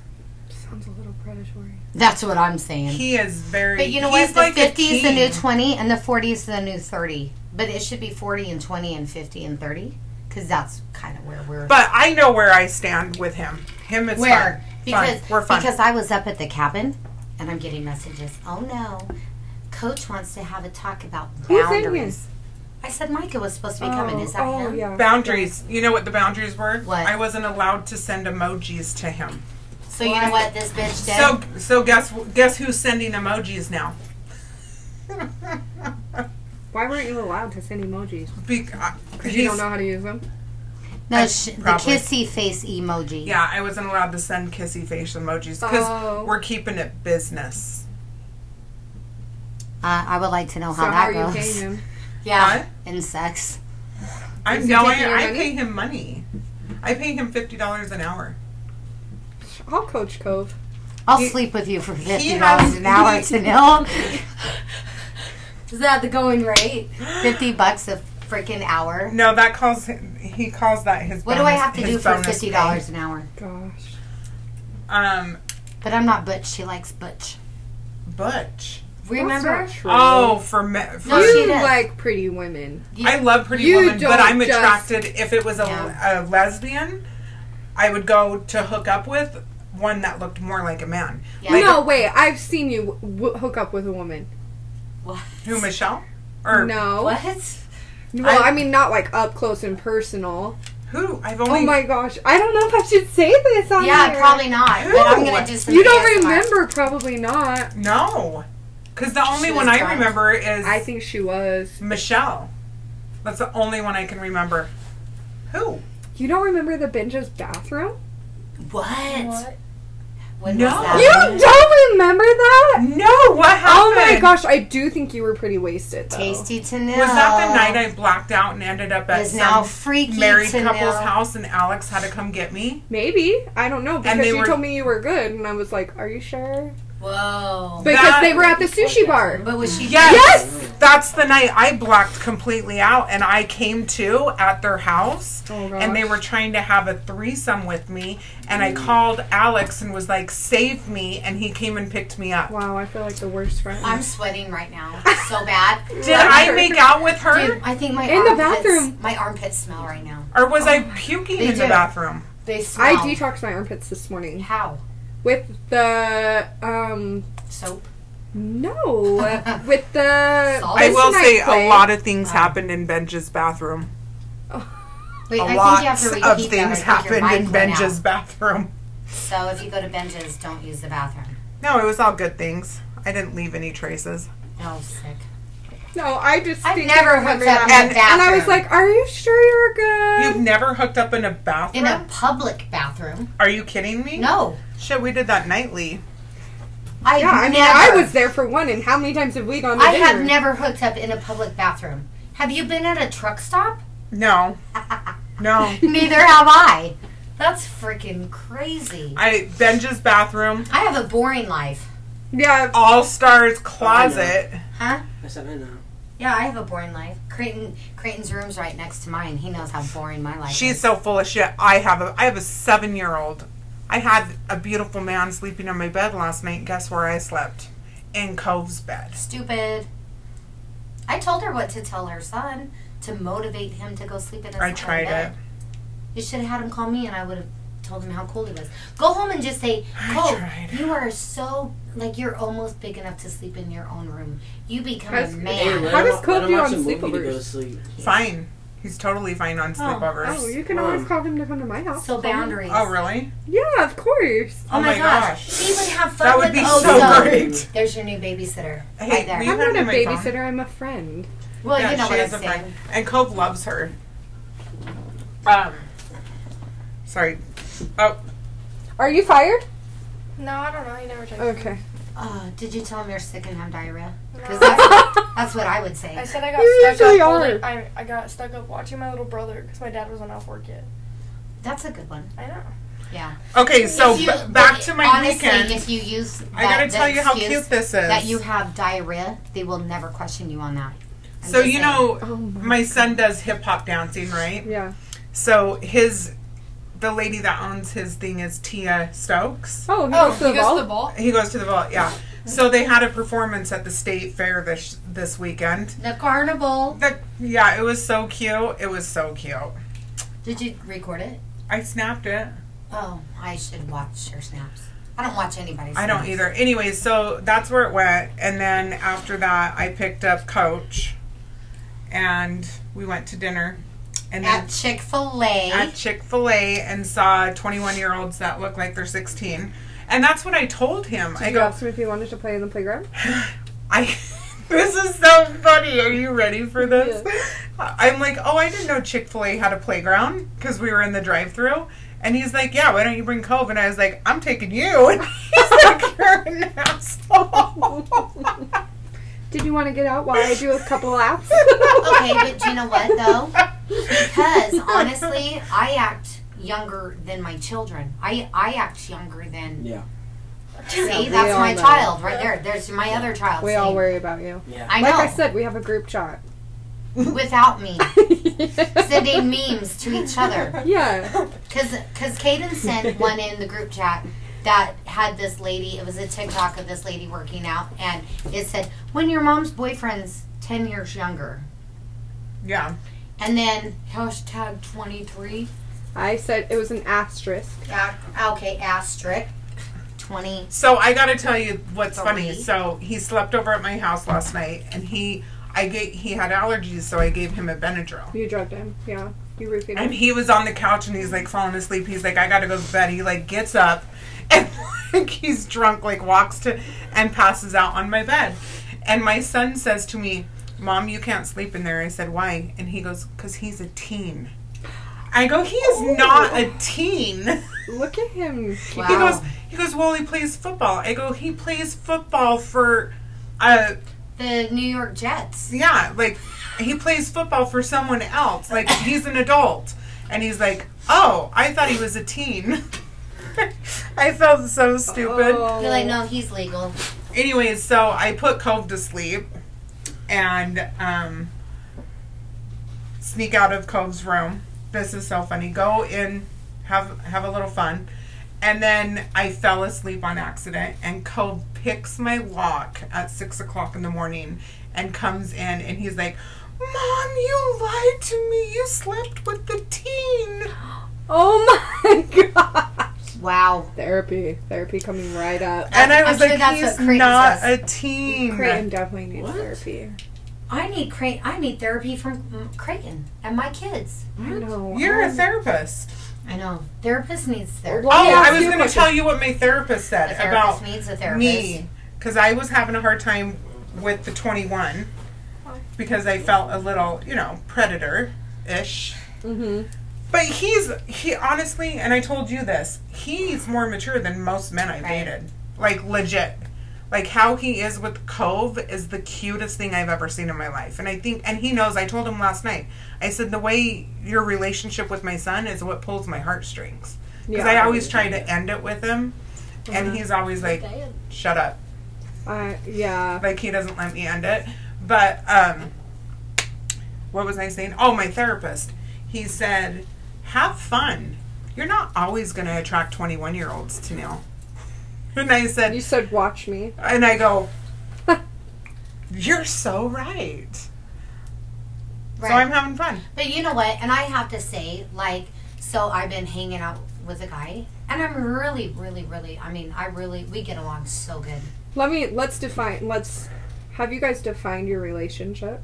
Sounds a little predatory. That's what I'm saying. He is very. But you know he's what? The like a fifties the new teen. twenty, and the forties the new thirty. But it should be forty and twenty and fifty and thirty, because that's kind of where we're. But I know where I stand with him. Him is where fun. because fun. We're fun. because I was up at the cabin, and I'm getting messages. Oh no, Coach wants to have a talk about Who's in here? boundaries. I said Micah was supposed to be coming. Is that oh him? yeah. boundaries. You know what the boundaries were? What? I wasn't allowed to send emojis to him. So you know what this bitch did? So so guess guess who's sending emojis now? [laughs] Why weren't you allowed to send emojis? Because Because you don't know how to use them. no, sh- the probably. kissy face emoji. Yeah, I wasn't allowed to send kissy face emojis because Oh. we're keeping it business. Uh, I would like to know So how how that are goes. you paying him? Yeah, Huh? and sex. I Is he know. I, taking your I money? pay him money. I pay him fifty dollars an hour. I'll coach Cove. I'll He- sleep with you for he fifty has- dollars an hour, Tanil. Is that the going rate? Fifty bucks a freaking hour. No, that calls he calls that his. What do I bonus- have to his do for bonus fifty pay. dollars an hour? Gosh. Um, But I'm not Butch. She likes Butch. Butch. Remember? Oh, for me. For, No, she You does. like pretty women. I love Pretty You Woman, but don't I'm just- attracted. If it was a, Yeah. a lesbian, I would go to hook up with one that looked more like a man. Yeah. Like, no, wait. I've seen you w- hook up with a woman. What? Who Michelle or no. What? Well, I- I, mean, not like up close and personal. who? I've Oh only. my gosh. I don't know if I should say this on Yeah, here. probably not. But I'm gonna do some. You don't ASMR. remember, probably not. No, because the only was one I drunk. remember is I think she was. Michelle. That's the only one I can remember. Who? You don't remember the Benja's bathroom? What? What? When No. was that? You don't remember that? No, what Oh Uh-huh. happened? my gosh, I do think you were pretty wasted though. Tasty Tanil. Was that the night I blacked out and ended up at Is now some freaky married Tanil. couple's house and Alex had to come get me? Maybe. I don't know. Because they you were- told me you were good and I was like, Are you sure? Whoa. Because That- they were at the sushi bar. But was she? Yes. Yes! That's the night I blacked completely out and I came to at their house Oh, gosh. and they were trying to have a threesome with me and I called Alex and was like, save me and he came and picked me up. Wow, I feel like the worst friend. I'm sweating right now, so bad. Did I make out with her? Dude, I think my In the armpits- bathroom. My armpits smell right now. Or was I puking Oh They in the did. bathroom? They smell. I detoxed my armpits this morning How? with the um Soap. [laughs] no with the Salt? I will bentonite say clay. a lot of things happened in Benja's bathroom. Wait, A I lot think you have to repeat of that, or I things think your happened mic in went out. Benja's bathroom. So if you go to Benja's, don't use the bathroom. No, it was all good things. I didn't leave any traces. No, sick. No, I just I've think never I remember hooked up in that. a And- bathroom. And I was like, "Are you sure you're good?" You've never hooked up in a bathroom? in a public bathroom. Are you kidding me? No, Shit, we did that nightly. I yeah, I mean, never. I was there for one, and how many times have we gone to I dinner? have never hooked up in a public bathroom. Have you been at a truck stop? No. No. Neither have I. That's freaking crazy. I Benja's bathroom, I have a boring life. Yeah, All Stars Oh, closet. Huh? I said I know. Yeah, I have a boring life. Creighton Creighton's room's right next to mine. He knows how boring my life She's is. so full of shit. I have a I have a seven year old. I had a beautiful man sleeping on my bed last night. Guess where I slept? In Cove's bed. Stupid. I told her what to tell her son to motivate him to go sleep in his I own tried bed. it. You should have had him call me and I would have told him how cool he was. Go home and just say, I Cole, tried. you are so like you're almost big enough to sleep in your own room. You become That's- a Hey, man. let How him- does let Coke him do watch on a movie to go sleepovers? to sleep. Fine. He's totally fine on sleepovers. Oh, Oh, you can Um, always call them to come to my house. So boundaries. really? Yeah, of course. Oh, my gosh. Oh, He would have fun That with would be Ozo. so great. There's your new babysitter. Hey, right there. we- You I'm have not a my phone? babysitter. I'm a friend. well, yeah, you know she what I'm is a saying. friend. And Cove loves her. Um, sorry. Oh, Are you fired? No, I don't know. He never texted me. Okay. Oh, did you tell him you're sick and have diarrhea? Because No. that's, that's what I would I say. [laughs] said I You got stuck usually up. are. holding- I, I got stuck up watching my little brother because my dad wasn't off work yet. That's a good one. I know. Yeah. okay. So If you- b- back but to my honestly, weekend. if you use that, I gotta the tell you how excuse cute this is. that you have diarrhea, they will never question you on that. I'm so just you saying. know, Oh my. my son does hip hop dancing, right? Yeah. So his, the lady that owns his thing is Tia Stokes. Oh, he Oh, goes to the he goes ball. to the ball. He goes to the vault, yeah. So they had a performance at the state fair this this weekend. the carnival. The, yeah, it was so cute. It was so cute. Did you record it? I snapped it. Oh, I should watch your snaps. I don't watch anybody's. I don't snaps. either. Anyway, so that's where it went. And then after that, I picked up Coach and we went to dinner. And then At Chick Fil A, at Chick fil A and saw 21 year olds that look like they're 16. And that's what I told him. Did I you go, ask him if he wanted to play in the playground? I. [laughs] This is so funny. Are you ready for this? I'm like, oh, I didn't know Chick Fil A had a playground because we were in the drive-through, and he's like, yeah, why don't you bring Cove? And I was like, I'm taking you. [laughs] And he's like, you're an asshole. [laughs] Did you want to get out while I do [laughs] a couple laps? Okay, but do you know what, though? because honestly, I act younger than my children. I I act younger than Yeah. See, we that's all my know. child right there. There's my other child. We See? all worry about you. Yeah. I like know. I said, we have a [laughs] group chat. without me, sending memes to each other. Yeah. Cause, cause Caden sent one in the group chat that had this lady. It was a TikTok of this lady working out, and it said, "When your mom's boyfriend's ten years younger," Yeah. and then hashtag twenty three. I said it was an asterisk. Yeah. Okay. Asterisk. Twenty. So I gotta tell you what's Sorry. funny. So he slept over at my house last night, and he, I gave, he had allergies, so I gave him a Benadryl. You drugged him. Yeah. You roofied And him. he was on the couch, and he's like falling asleep. He's like, I gotta go to bed. He like gets up, [laughs] and like he's drunk, like walks to, and passes out on my bed. And my son says to me, "Mom, you can't sleep in there." I said, "Why?" And he goes, "Cause he's a teen." I go, "He is not a teen." Look at him. Wow. He [laughs] goes, he goes, well, he plays football. I go, he plays football for, uh, The New York Jets. yeah, like, he plays football for someone else. Like, he's an adult. And he's like, oh, I thought he was a teen. [laughs] I felt so stupid. Oh. You're like, no, he's legal. Anyways, so I put Cove to sleep and, um, sneak out of Cove's room. This is so funny. Go in, have have a little fun. And then I fell asleep on accident, and Cove picks my lock at six o'clock in the morning and comes in, and he's like, Mom, you lied to me. You slept with the teen. Oh my [laughs] god. Wow. Therapy. Therapy coming right up. And I I'm was sure like, that's what He's Creighton not says. a teen. Creighton definitely needs What? therapy. I need cra- I need therapy from mm, Creighton and my kids. I know. You're a I'm- therapist. I know. Therapist needs therapy. Oh, Let me ask I was you a going to question. tell you what my therapist a said therapist about needs a therapist. me because I was having a hard time with the 21 because I felt a little, you know, predator ish. Mhm. But he's he honestly, and I told you this, he's more mature than most men I've Right. dated. Like legit. Like how he is with Cove is the cutest thing I've ever seen in my life. And I think and he knows I told him last night. I said the way your relationship with my son is what pulls my heartstrings. Because I always try to end it with him. Mm-hmm. And he's always like, shut up. Uh, yeah. like he doesn't let me end it but um what was i saying oh my therapist he said have fun you're not always going to attract 21 year olds to Neil. and i You said said watch me. and i [laughs] go you're so right so i'm having fun But you know what? And I have to say, like, so I've been hanging out with a guy, and I'm really, really, really, I mean, I really, we get along so good. Let me. Let's define. Let's. Have you guys defined your relationship?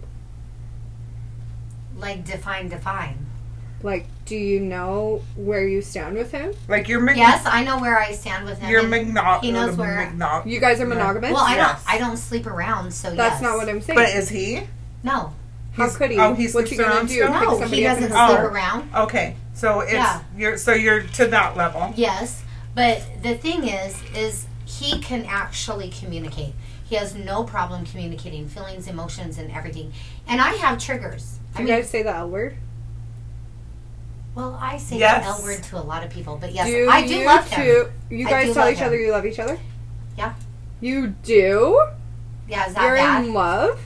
Like, define, define. Like, do you know where you stand with him? like you're Mc- Yes, I know where I stand with him. you're and- Mcno- He knows where- Mcno- You guys are No. monogamous. well, I Yes. don't, I don't sleep around, so That's yes. not what I'm saying. but is he No, How he's- could he? oh, he What's sleeps he gonna around do? still? Pick no, somebody he up in doesn't his sleep car. around. okay so it's Yeah. you're so you're to that level Yes, but the thing is, is he can actually communicate. He has no problem communicating feelings, emotions, and everything. And I have triggers. I Do you mean, guys say the L word? well, I say Yes. the L word to a lot of people, but yes, do I do you love him. two- You I guys do tell love each other him. you love each other? Yeah. You do? Yeah, is that You're bad? in love?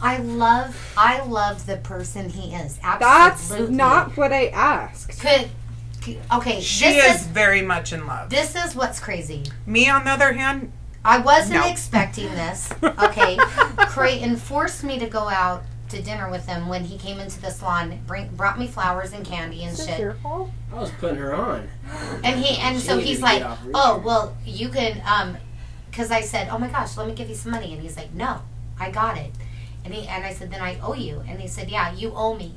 I love, I love the person he is. That's Absolutely. not what I asked. Could, could- okay. she this is very much in love This is what's crazy. me on the other hand I wasn't No. expecting this. [laughs] Okay, Creighton forced me to go out to dinner with him when he came into the salon. Bring, brought me flowers and candy and shit. I was putting her on. And he and She so needed he's to like, get off Richard. "Oh well, you can," um, because I said, "Oh my gosh, let me give you some money," and he's like, "No, I got it," and he and I said, "Then I owe you," and he said, "Yeah, you owe me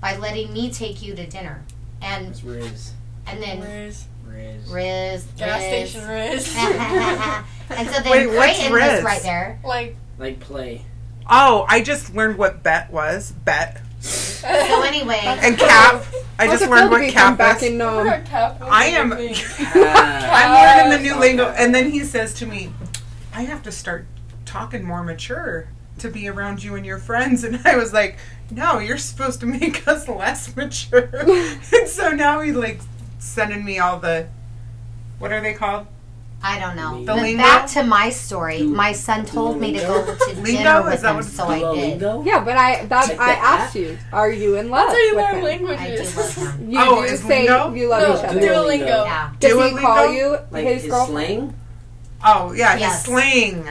by letting me take you to dinner," and It's Riz. and then Riz. Riz. Riz, Gas Riz. station Riz. [laughs] and so then Wait, what's Creighton was Riz? right there. [laughs] like. Like play. Oh, I just learned what bet was. Bet. [laughs] So anyway, And cap. I How's just it feel learned to what be cap back was. in um, I am- [laughs] Ah. I'm learning the new Okay. lingo. And then he says to me, I have to start talking more mature to be around you and your friends. [laughs] And I was like, no, you're supposed to make [laughs] us less mature. and so now he like sending me all the, what are they called? I don't know. The but lingo? back to my story. Do- My son told me to lingo? go to Lingo? dinner Is with that him, what it's so I did. Duolingo? Yeah, but I that Take I that asked back. you, are you in love? That's how you with learn him? I do languages. [laughs] love him. You Oh, do is say lingo? you love no, each other. do- Duolingo. Yeah. Does Duolingo? he call you Like his his girlfriend? slang? Oh yeah, his Yes. slang.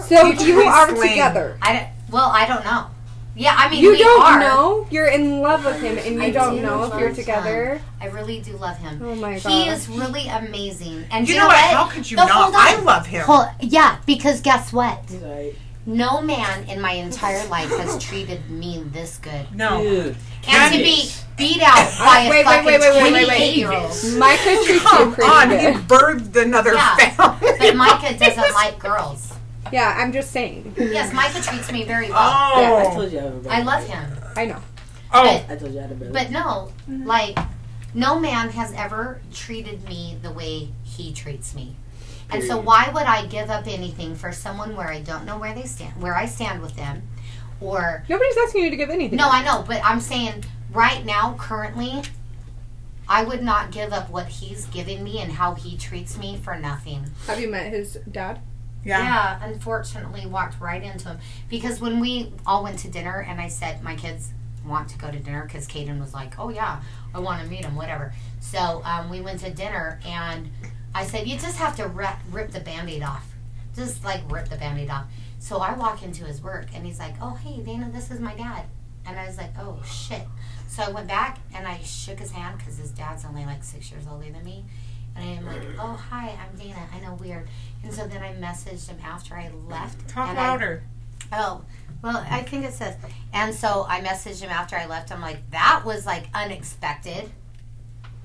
So Teach you me are slang. together. I don't, well, I don't know. Yeah, I mean, You we don't are. know you're in love with him, and you I don't do know if love you're him. together. I really do love him. Oh my god. He is really amazing. And You do know what? what? How could you No, not? hold on. I love him. Well, yeah, because guess what? Like, No man in my entire life has treated me this good. No. Dude. And to be Candace. beat out by a Wait, wait, fucking wait, wait, wait, wait, wait. 28 year old. Micah treats you Come pretty on, he good. birthed another Yeah. family. But Micah doesn't like girls. Yeah, I'm just saying. Yes, Micah treats me very [laughs] well. I Oh, told you I have a I brother. love him. I know. oh, I told you I had a brother. But no, like, no man has ever treated me the way he treats me. And so Period. why would I give up anything for someone where I don't know where they stand, where I stand with them, or Nobody's asking you to give anything. No, I know, but I'm saying right now, currently, I would not give up what he's giving me and how he treats me for nothing. Have you met his dad? yeah. unfortunately, walked right into him because when we all went to dinner and I said my kids want to go to dinner because Caden was like, "Oh yeah, I want to meet him," whatever. So um, we went to dinner and I said, "You just have to rip, rip the band-aid off, just like rip the band-aid off." So I walk into his work and he's like, "Oh hey, Dana, this is my dad," and I was like, "Oh shit." So I went back and I shook his hand because his dad's only like six years older than me. And I'm like, oh, hi, I'm Dana. I know, weird. And so then I messaged him after I left. Talk and I- louder. oh, well, I think it says. And so I messaged him after I left. I'm like, that was like unexpected.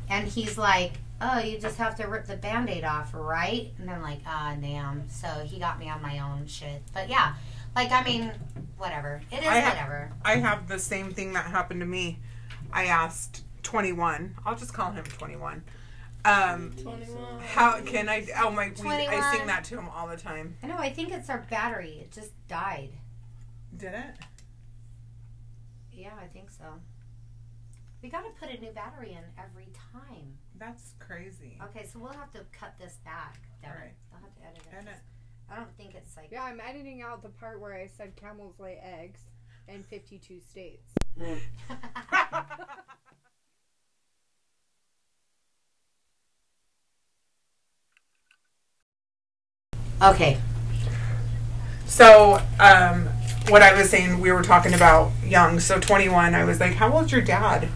And he's like, oh, you just have to rip the band aid off, right? And I'm like, ah, damn. So he got me on my own shit. But yeah, like, I mean, whatever. It is I ha- whatever. I have the same thing that happened to me. I asked 21. I'll just call him 21. Um, 21. how can I? Oh my! We, I 21. sing that to him all the time. I know, I think it's our battery. It just died. Did it? Yeah, I think so. We got to put a new battery in every time. That's crazy. Okay, so we'll have to cut this back. Devin. Alright. I'll have to edit it. And uh, it- I don't think it's like. Yeah, I'm editing out the part where I said camels lay eggs in 52 states. okay. So, um, what I was saying, we were talking about young. So, 21, I was like, How old's your dad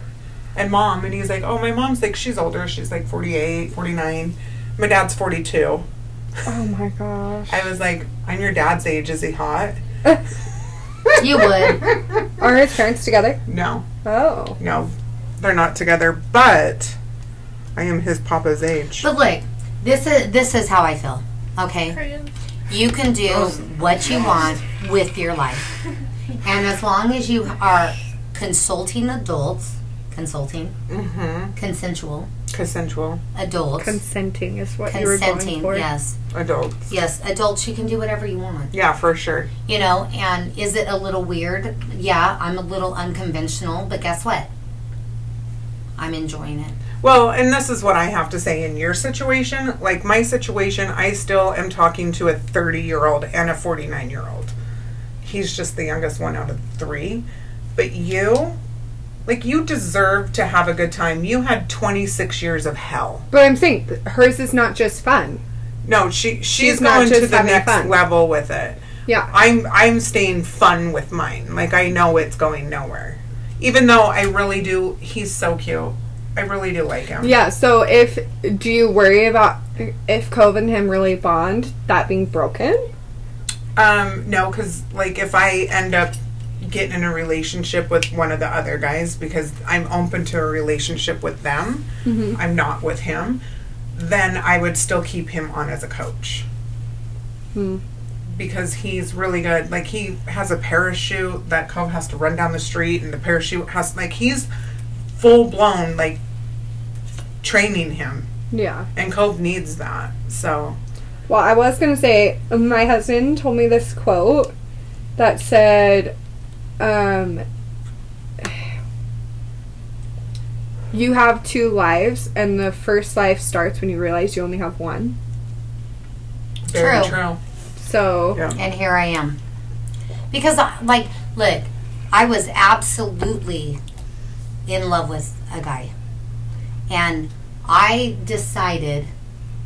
and mom? And he's like, Oh, my mom's like, she's older. She's like 48, 49. My dad's 42. Oh my gosh. I was like, I'm your dad's age. Is he hot? You would. Are his parents together? No, Oh. no, they're not together, but I am his papa's age. But look, this is this is how I feel. Okay. Korean. You can do what you want with your life. And as long as you are consulting adults, consulting, Mm-hmm. consensual Consensual adults, Consenting is what consenting, yes. adults. Yes, adults, you can do whatever you want. Yeah, for sure. you know and is it a little weird yeah i'm a little unconventional but guess what i'm enjoying it Well, and this is what I have to say in your situation. Like my situation, I still am talking to a 30 year old and a 49 year old. He's just the youngest one out of three. But you, like, you deserve to have a good time. You had 26 years of hell. But I'm saying th- hers is not just fun. No, she she's, She's not going just to the having next fun. level with it. Yeah. I'm I'm staying fun with mine. Like I know it's going nowhere. Even though I really do he's so cute. I really do like him. Yeah, so if do you worry about if Cove and him really bond, that being broken? Um, no, because like if I end up getting in a relationship with one of the other guys because I'm open to a relationship with them, Mm-hmm. I'm not with him, then I would still keep him on as a coach. Hmm. Because he's really good. Like he has a parachute that Cove has to run down the street and the parachute has like he's full blown like training him. Yeah. And Cove needs that. So Well, I was going to say, my husband told me this quote that said, um, You have two lives, and the first life starts when you realize you only have one. Very True. true. So Yeah. and here I am. Because, I- like, look, I was absolutely in love with a guy. And I decided,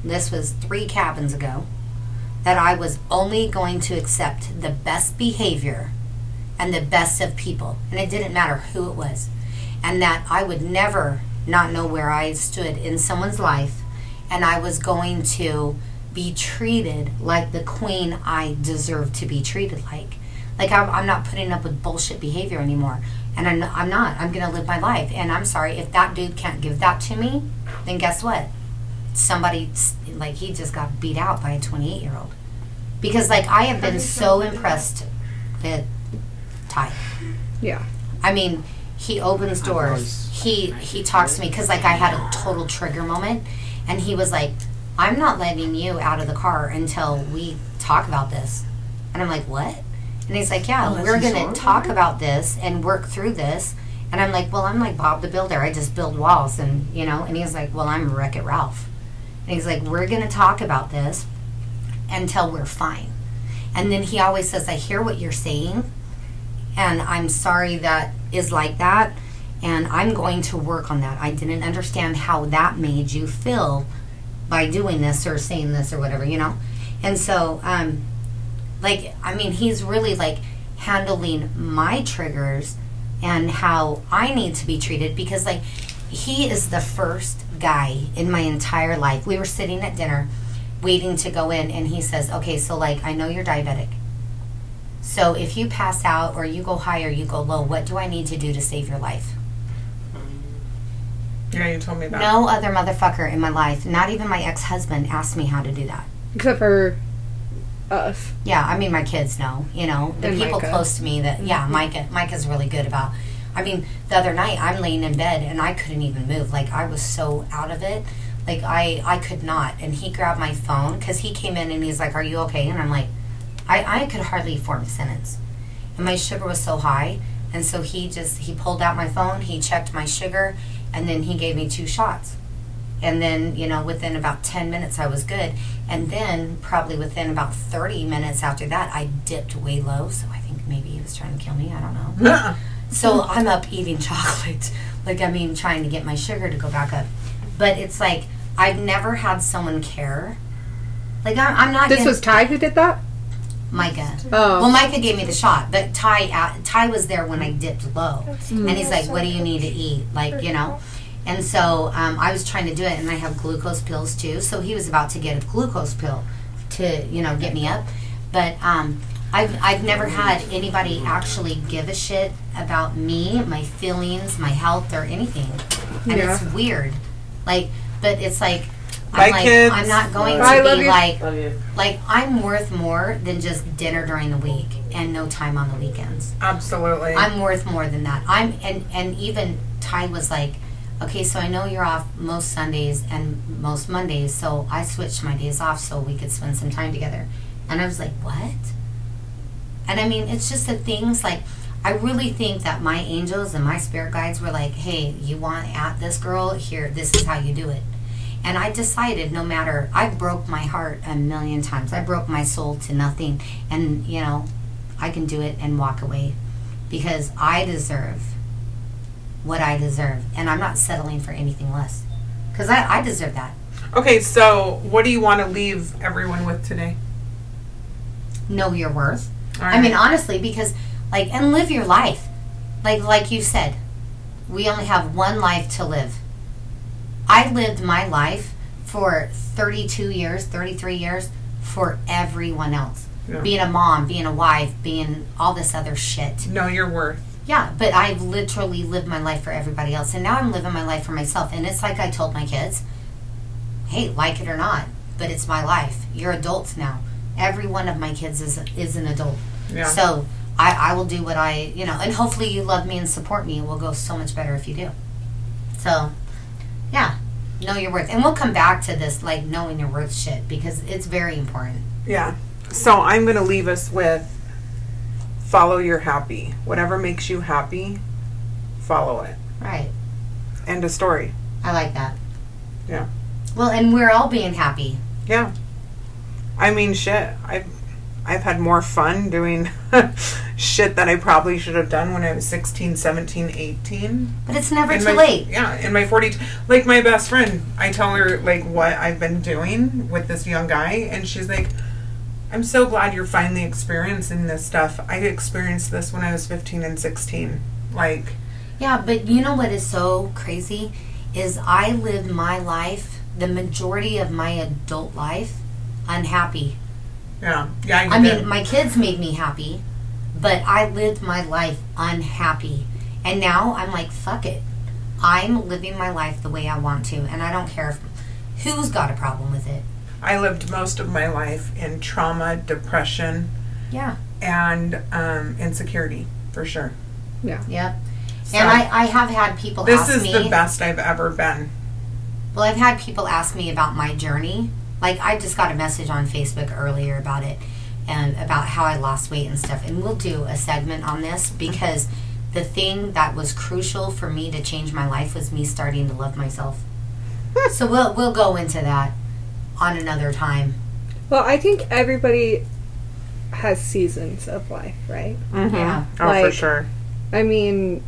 this was three cabins ago, that I was only going to accept the best behavior and the best of people. And it didn't matter who it was. And that I would never not know where I stood in someone's life. And I was going to be treated like the queen I deserve to be treated like. Like I'm, I'm not putting up with bullshit behavior anymore, and I'm, I'm not. I'm gonna live my life, and I'm sorry if that dude can't give that to me. Then guess what? Somebody like he just got beat out by a 28 year old because like I have been so impressed with Ty. Yeah. I mean, he opens doors. He he talks to me because like I had a total trigger moment, and he was like, "I'm not letting you out of the car until we talk about this," and I'm like, "What?" And he's like, "Yeah, we're gonna talk about this and work through this." And I'm like, "Well, I'm like Bob the Builder. I just build walls, and you know." And he's like, "Well, I'm Wreck It Ralph," and he's like, "We're gonna talk about this until we're fine." And then he always says, "I hear what you're saying." and I'm sorry that is like that. And I'm going to work on that. I didn't understand how that made you feel by doing this or saying this or whatever, you know? And so, um, like, I mean, he's really like handling my triggers and how I need to be treated because, like, he is the first guy in my entire life. We were sitting at dinner waiting to go in, and he says, Okay, so, like, I know you're diabetic. So if you pass out or you go high or you go low, what do I need to do to save your life? Yeah, you told me that. No other motherfucker in my life, not even my ex husband, asked me how to do that. Except for us. Yeah, I mean, my kids know, you know, the And people Micah. Mm-hmm. close to me that, yeah, Micah, Micah's really good about. I mean, the other night I'm laying in bed and I couldn't even move. Like, I was so out of it. Like, I, I could not. And he grabbed my phone because he came in and he's like, Are you okay? And I'm like, I, I could hardly form a sentence. And my sugar was so high. And so he just, he pulled out my phone, he checked my sugar, and then he gave me two shots. And then, you know, within about 10 minutes, I was good. And then, probably within about 30 minutes after that, I dipped way low. So I think maybe he was trying to kill me. I don't know. [laughs] Nuh-uh. So I'm up eating [laughs] chocolate. Like, I mean, trying to get my sugar to go back up. But it's like, I've never had someone care. Like, I'm, I'm not. This gonna- was Ty who did that? Micah. Oh. Well, Micah gave me the shot, but Ty uh, Ty was there when I dipped low, and he's like, "What do you need to eat?" Like you know, and so um, I was trying to do it, and I have glucose pills too. So he was about to get a glucose pill to you know get me up, but um, I've I've never had anybody actually give a shit about me, my feelings, my health, or anything, and it's weird, like, but it's like. I'm Bye, like kids. I'm not going to Bye, love be you. like Love you. like I'm worth more than just dinner during the week and no time on the weekends. Absolutely. I'm worth more than that. I'm and and even Ty was like, okay, so I know you're off most Sundays and most Mondays, so I switched my days off so we could spend some time together. And I was like, what? And I mean, it's just the things like I really think that my angels and my spirit guides were like, hey, you want at this girl? Here, this is how you do it. And I decided no matter, I broke my heart a million times. I broke my soul to nothing. And, you know, I can do it and walk away because I deserve what I deserve. And I'm not settling for anything less because I, I deserve that. okay, so what do you want to leave everyone with today? Know your worth. All I mean, honestly, because like, and live your life, like like you said, we only have one life to live. I lived my life for 32 years, 33 years for everyone else. Yeah. Being a mom, being a wife, being all this other shit. know your worth. Yeah, but I've literally lived my life for everybody else, and now I'm living my life for myself. And it's like I told my kids, "Hey, like it or not, but it's my life. You're adults now. Every one of my kids is is an adult. Yeah. So I, I will do what I, you know, and hopefully you love me and support me. It will go so much better if you do. So, yeah, know your worth. And we'll come back to this, like, knowing your worth shit, because it's very important. Yeah. So I'm going to leave us with follow your happy. Whatever makes you happy, follow it. Right. End of story. I like that. Yeah. Well, and we're all being happy. Yeah. I mean, shit. I've I've had more fun doing [laughs] shit that I probably should have done when I was 16, 17, 18. But it's never In too my- late. Yeah, in my 40, like my best friend, I tell her like what I've been doing with this young guy, and she's like, "I'm so glad you're finally experiencing this stuff. I experienced this when I was 15 and 16. Like, Yeah, but you know what is so crazy is I lived my life, the majority of my adult life, unhappy. yeah, yeah. I did. mean, my kids made me happy, but I lived my life unhappy. And now I'm like, fuck it. I'm living my life the way I want to, and I don't care if, who's got a problem with it. I lived most of my life in trauma, depression, Yeah. and um, insecurity for sure. Yep. So, and I, I have had people this ask is me. the best I've ever been. Well, I've had people ask me about my journey. Like, I just got a message on Facebook earlier about it and about how I lost weight and stuff. And we'll do a segment on this because the thing that was crucial for me to change my life was me starting to love myself. so we'll we'll go into that on another time. Well, I think everybody has seasons of life, right? Mm-hmm. Yeah. Oh, for Like- sure. I mean,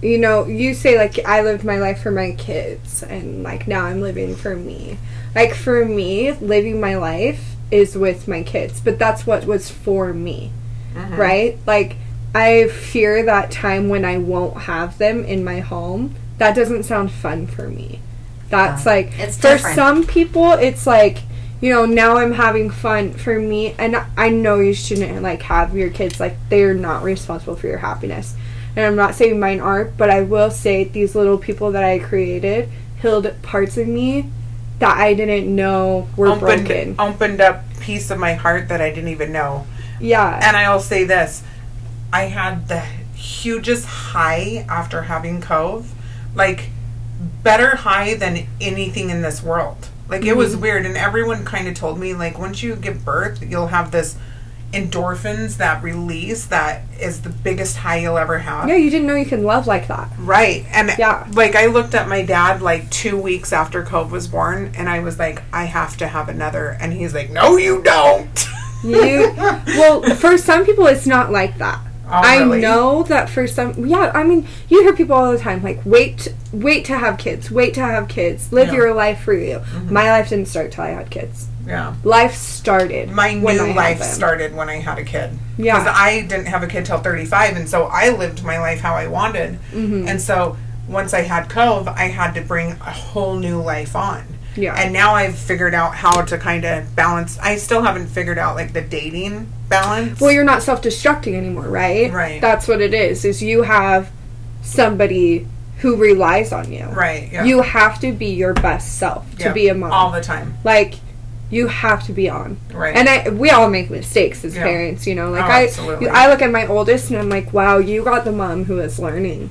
you know, you say, like, I lived my life for my kids, and, like, now I'm living for me. Like, for me, living my life is with my kids, but that's what was for me, right? Like, I fear that time when I won't have them in my home. That doesn't sound fun for me. That's Yeah. like, It's for different. some people, it's like, you know, now I'm having fun for me. And I know you shouldn't, like, have your kids, like, they're not responsible for your happiness. And I'm not saying mine are, but I will say these little people that I created healed parts of me that I didn't know were opened broken. opened up piece of my heart that I didn't even know. Yeah. And I'll say this: I had the hugest high after having Cove, like better high than anything in this world. Like it Mm-hmm. was weird, and everyone kind of told me like once you give birth, you'll have this endorphins that release that is the biggest high you'll ever have. yeah, you didn't know you can love like that. Right. And Yeah. like I looked at my dad like two weeks after Cove was born and I was like, I have to have another and he's like, No you don't You well, for some people, it's not like that. Oh, I know that for some, yeah. I mean, you hear people all the time like, "Wait, wait to have kids. Wait to have kids. Live Yeah. Mm-hmm. your life for you." My life didn't start till I had kids. Yeah. Life started. My when I new had life them. started when I had a kid. Because Yeah, I didn't have a kid till 35, and so I lived my life how I wanted. Mm-hmm. And so once I had Cove, I had to bring a whole new life on. Yeah. And now I've figured out how to kind of balance. I still haven't figured out like the dating balance. well, you're not self-destructing anymore, right? Right. That's what it is. Is you have somebody who relies on you. right. Yeah. You have to be your best self to Yeah. be a mom. all the time. like, you have to be on. Right. And I we all make mistakes as Yeah. parents, you know. Like Oh, I absolutely. you- I look at my oldest and I'm like, wow, you got the mom who is learning.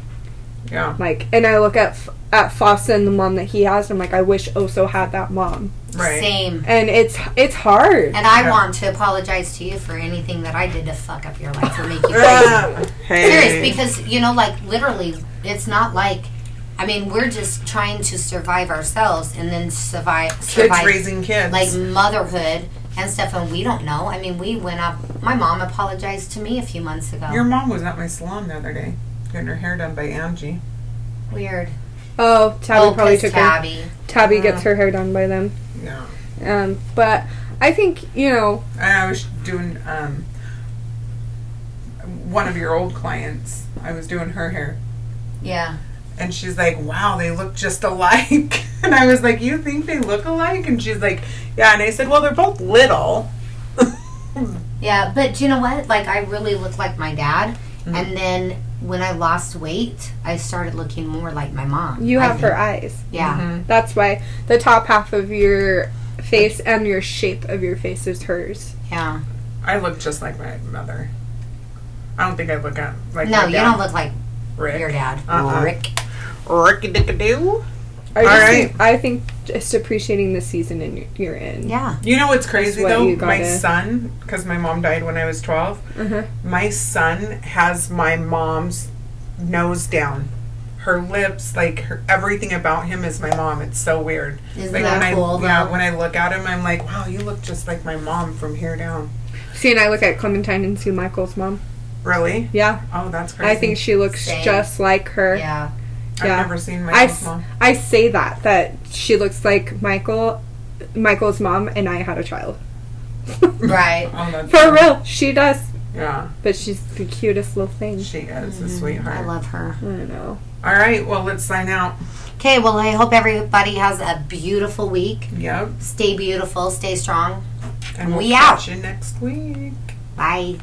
yeah. Like, and I look at F- at Fossa and the mom that he has, and I'm like, I wish Oso had that mom. Right. Same. And it's it's hard. And I Yeah. want to apologize to you for anything that I did to fuck up your life or make [laughs] you crazy. Ah, hey. serious because you know like literally it's not like i mean we're just trying to survive ourselves and then survive kids survive raising kids. like motherhood and stuff and we don't know i mean we went up my mom apologized to me a few months ago Your mom was at my salon the other day getting her hair done by Angie. weird Oh, Tabby oh probably 'cause took her. tabby Tabby gets her hair done by them. Yeah. Um, but I think you know. And I was doing um, one of your old clients. I was doing her hair, yeah and she's like, "Wow, they look just alike." [laughs] And I was like, "You think they look alike?" And she's like, "Yeah." And I said, "Well, they're both little." [laughs] yeah but you know what like i really look like my dad Mm-hmm. and then when i lost weight i started looking more like my mom You I have think. her eyes. yeah That's why the top half of your face and your shape of your face is hers. Mm-hmm. yeah I look just like my mother. I don't think I look at like no my you dad, don't look like Rick. your dad Uh-uh. rick Ricky doo. I just All think, I think just appreciating the season in y- you're in. yeah You know what's crazy what though? you My gotta- Uh-huh. son, because my mom died when I was 12, my son has my mom's nose down. her lips, like her, everything about him is my mom. It's so weird. Isn't like that when cool? I yeah, though? when I look at him, I'm like, wow, you look just like my mom from here down. See, and I look at Clementine and see Michael's mom. Really? Yeah, Oh, that's crazy. I think she looks Same. just like [laughs] her. yeah. I've yeah. never seen my I s- mom. I say that that she looks like Michael, Michael's mom, and I had a child. Right. Oh, that's For real, she does. Yeah, But she's the cutest little thing. she is a I sweetheart. love her. Mm-hmm. I don't know. All right, well, let's sign out. Okay, well, I hope everybody has a beautiful week. Yep. Stay beautiful, stay strong. And we'll We catch you next week. Bye.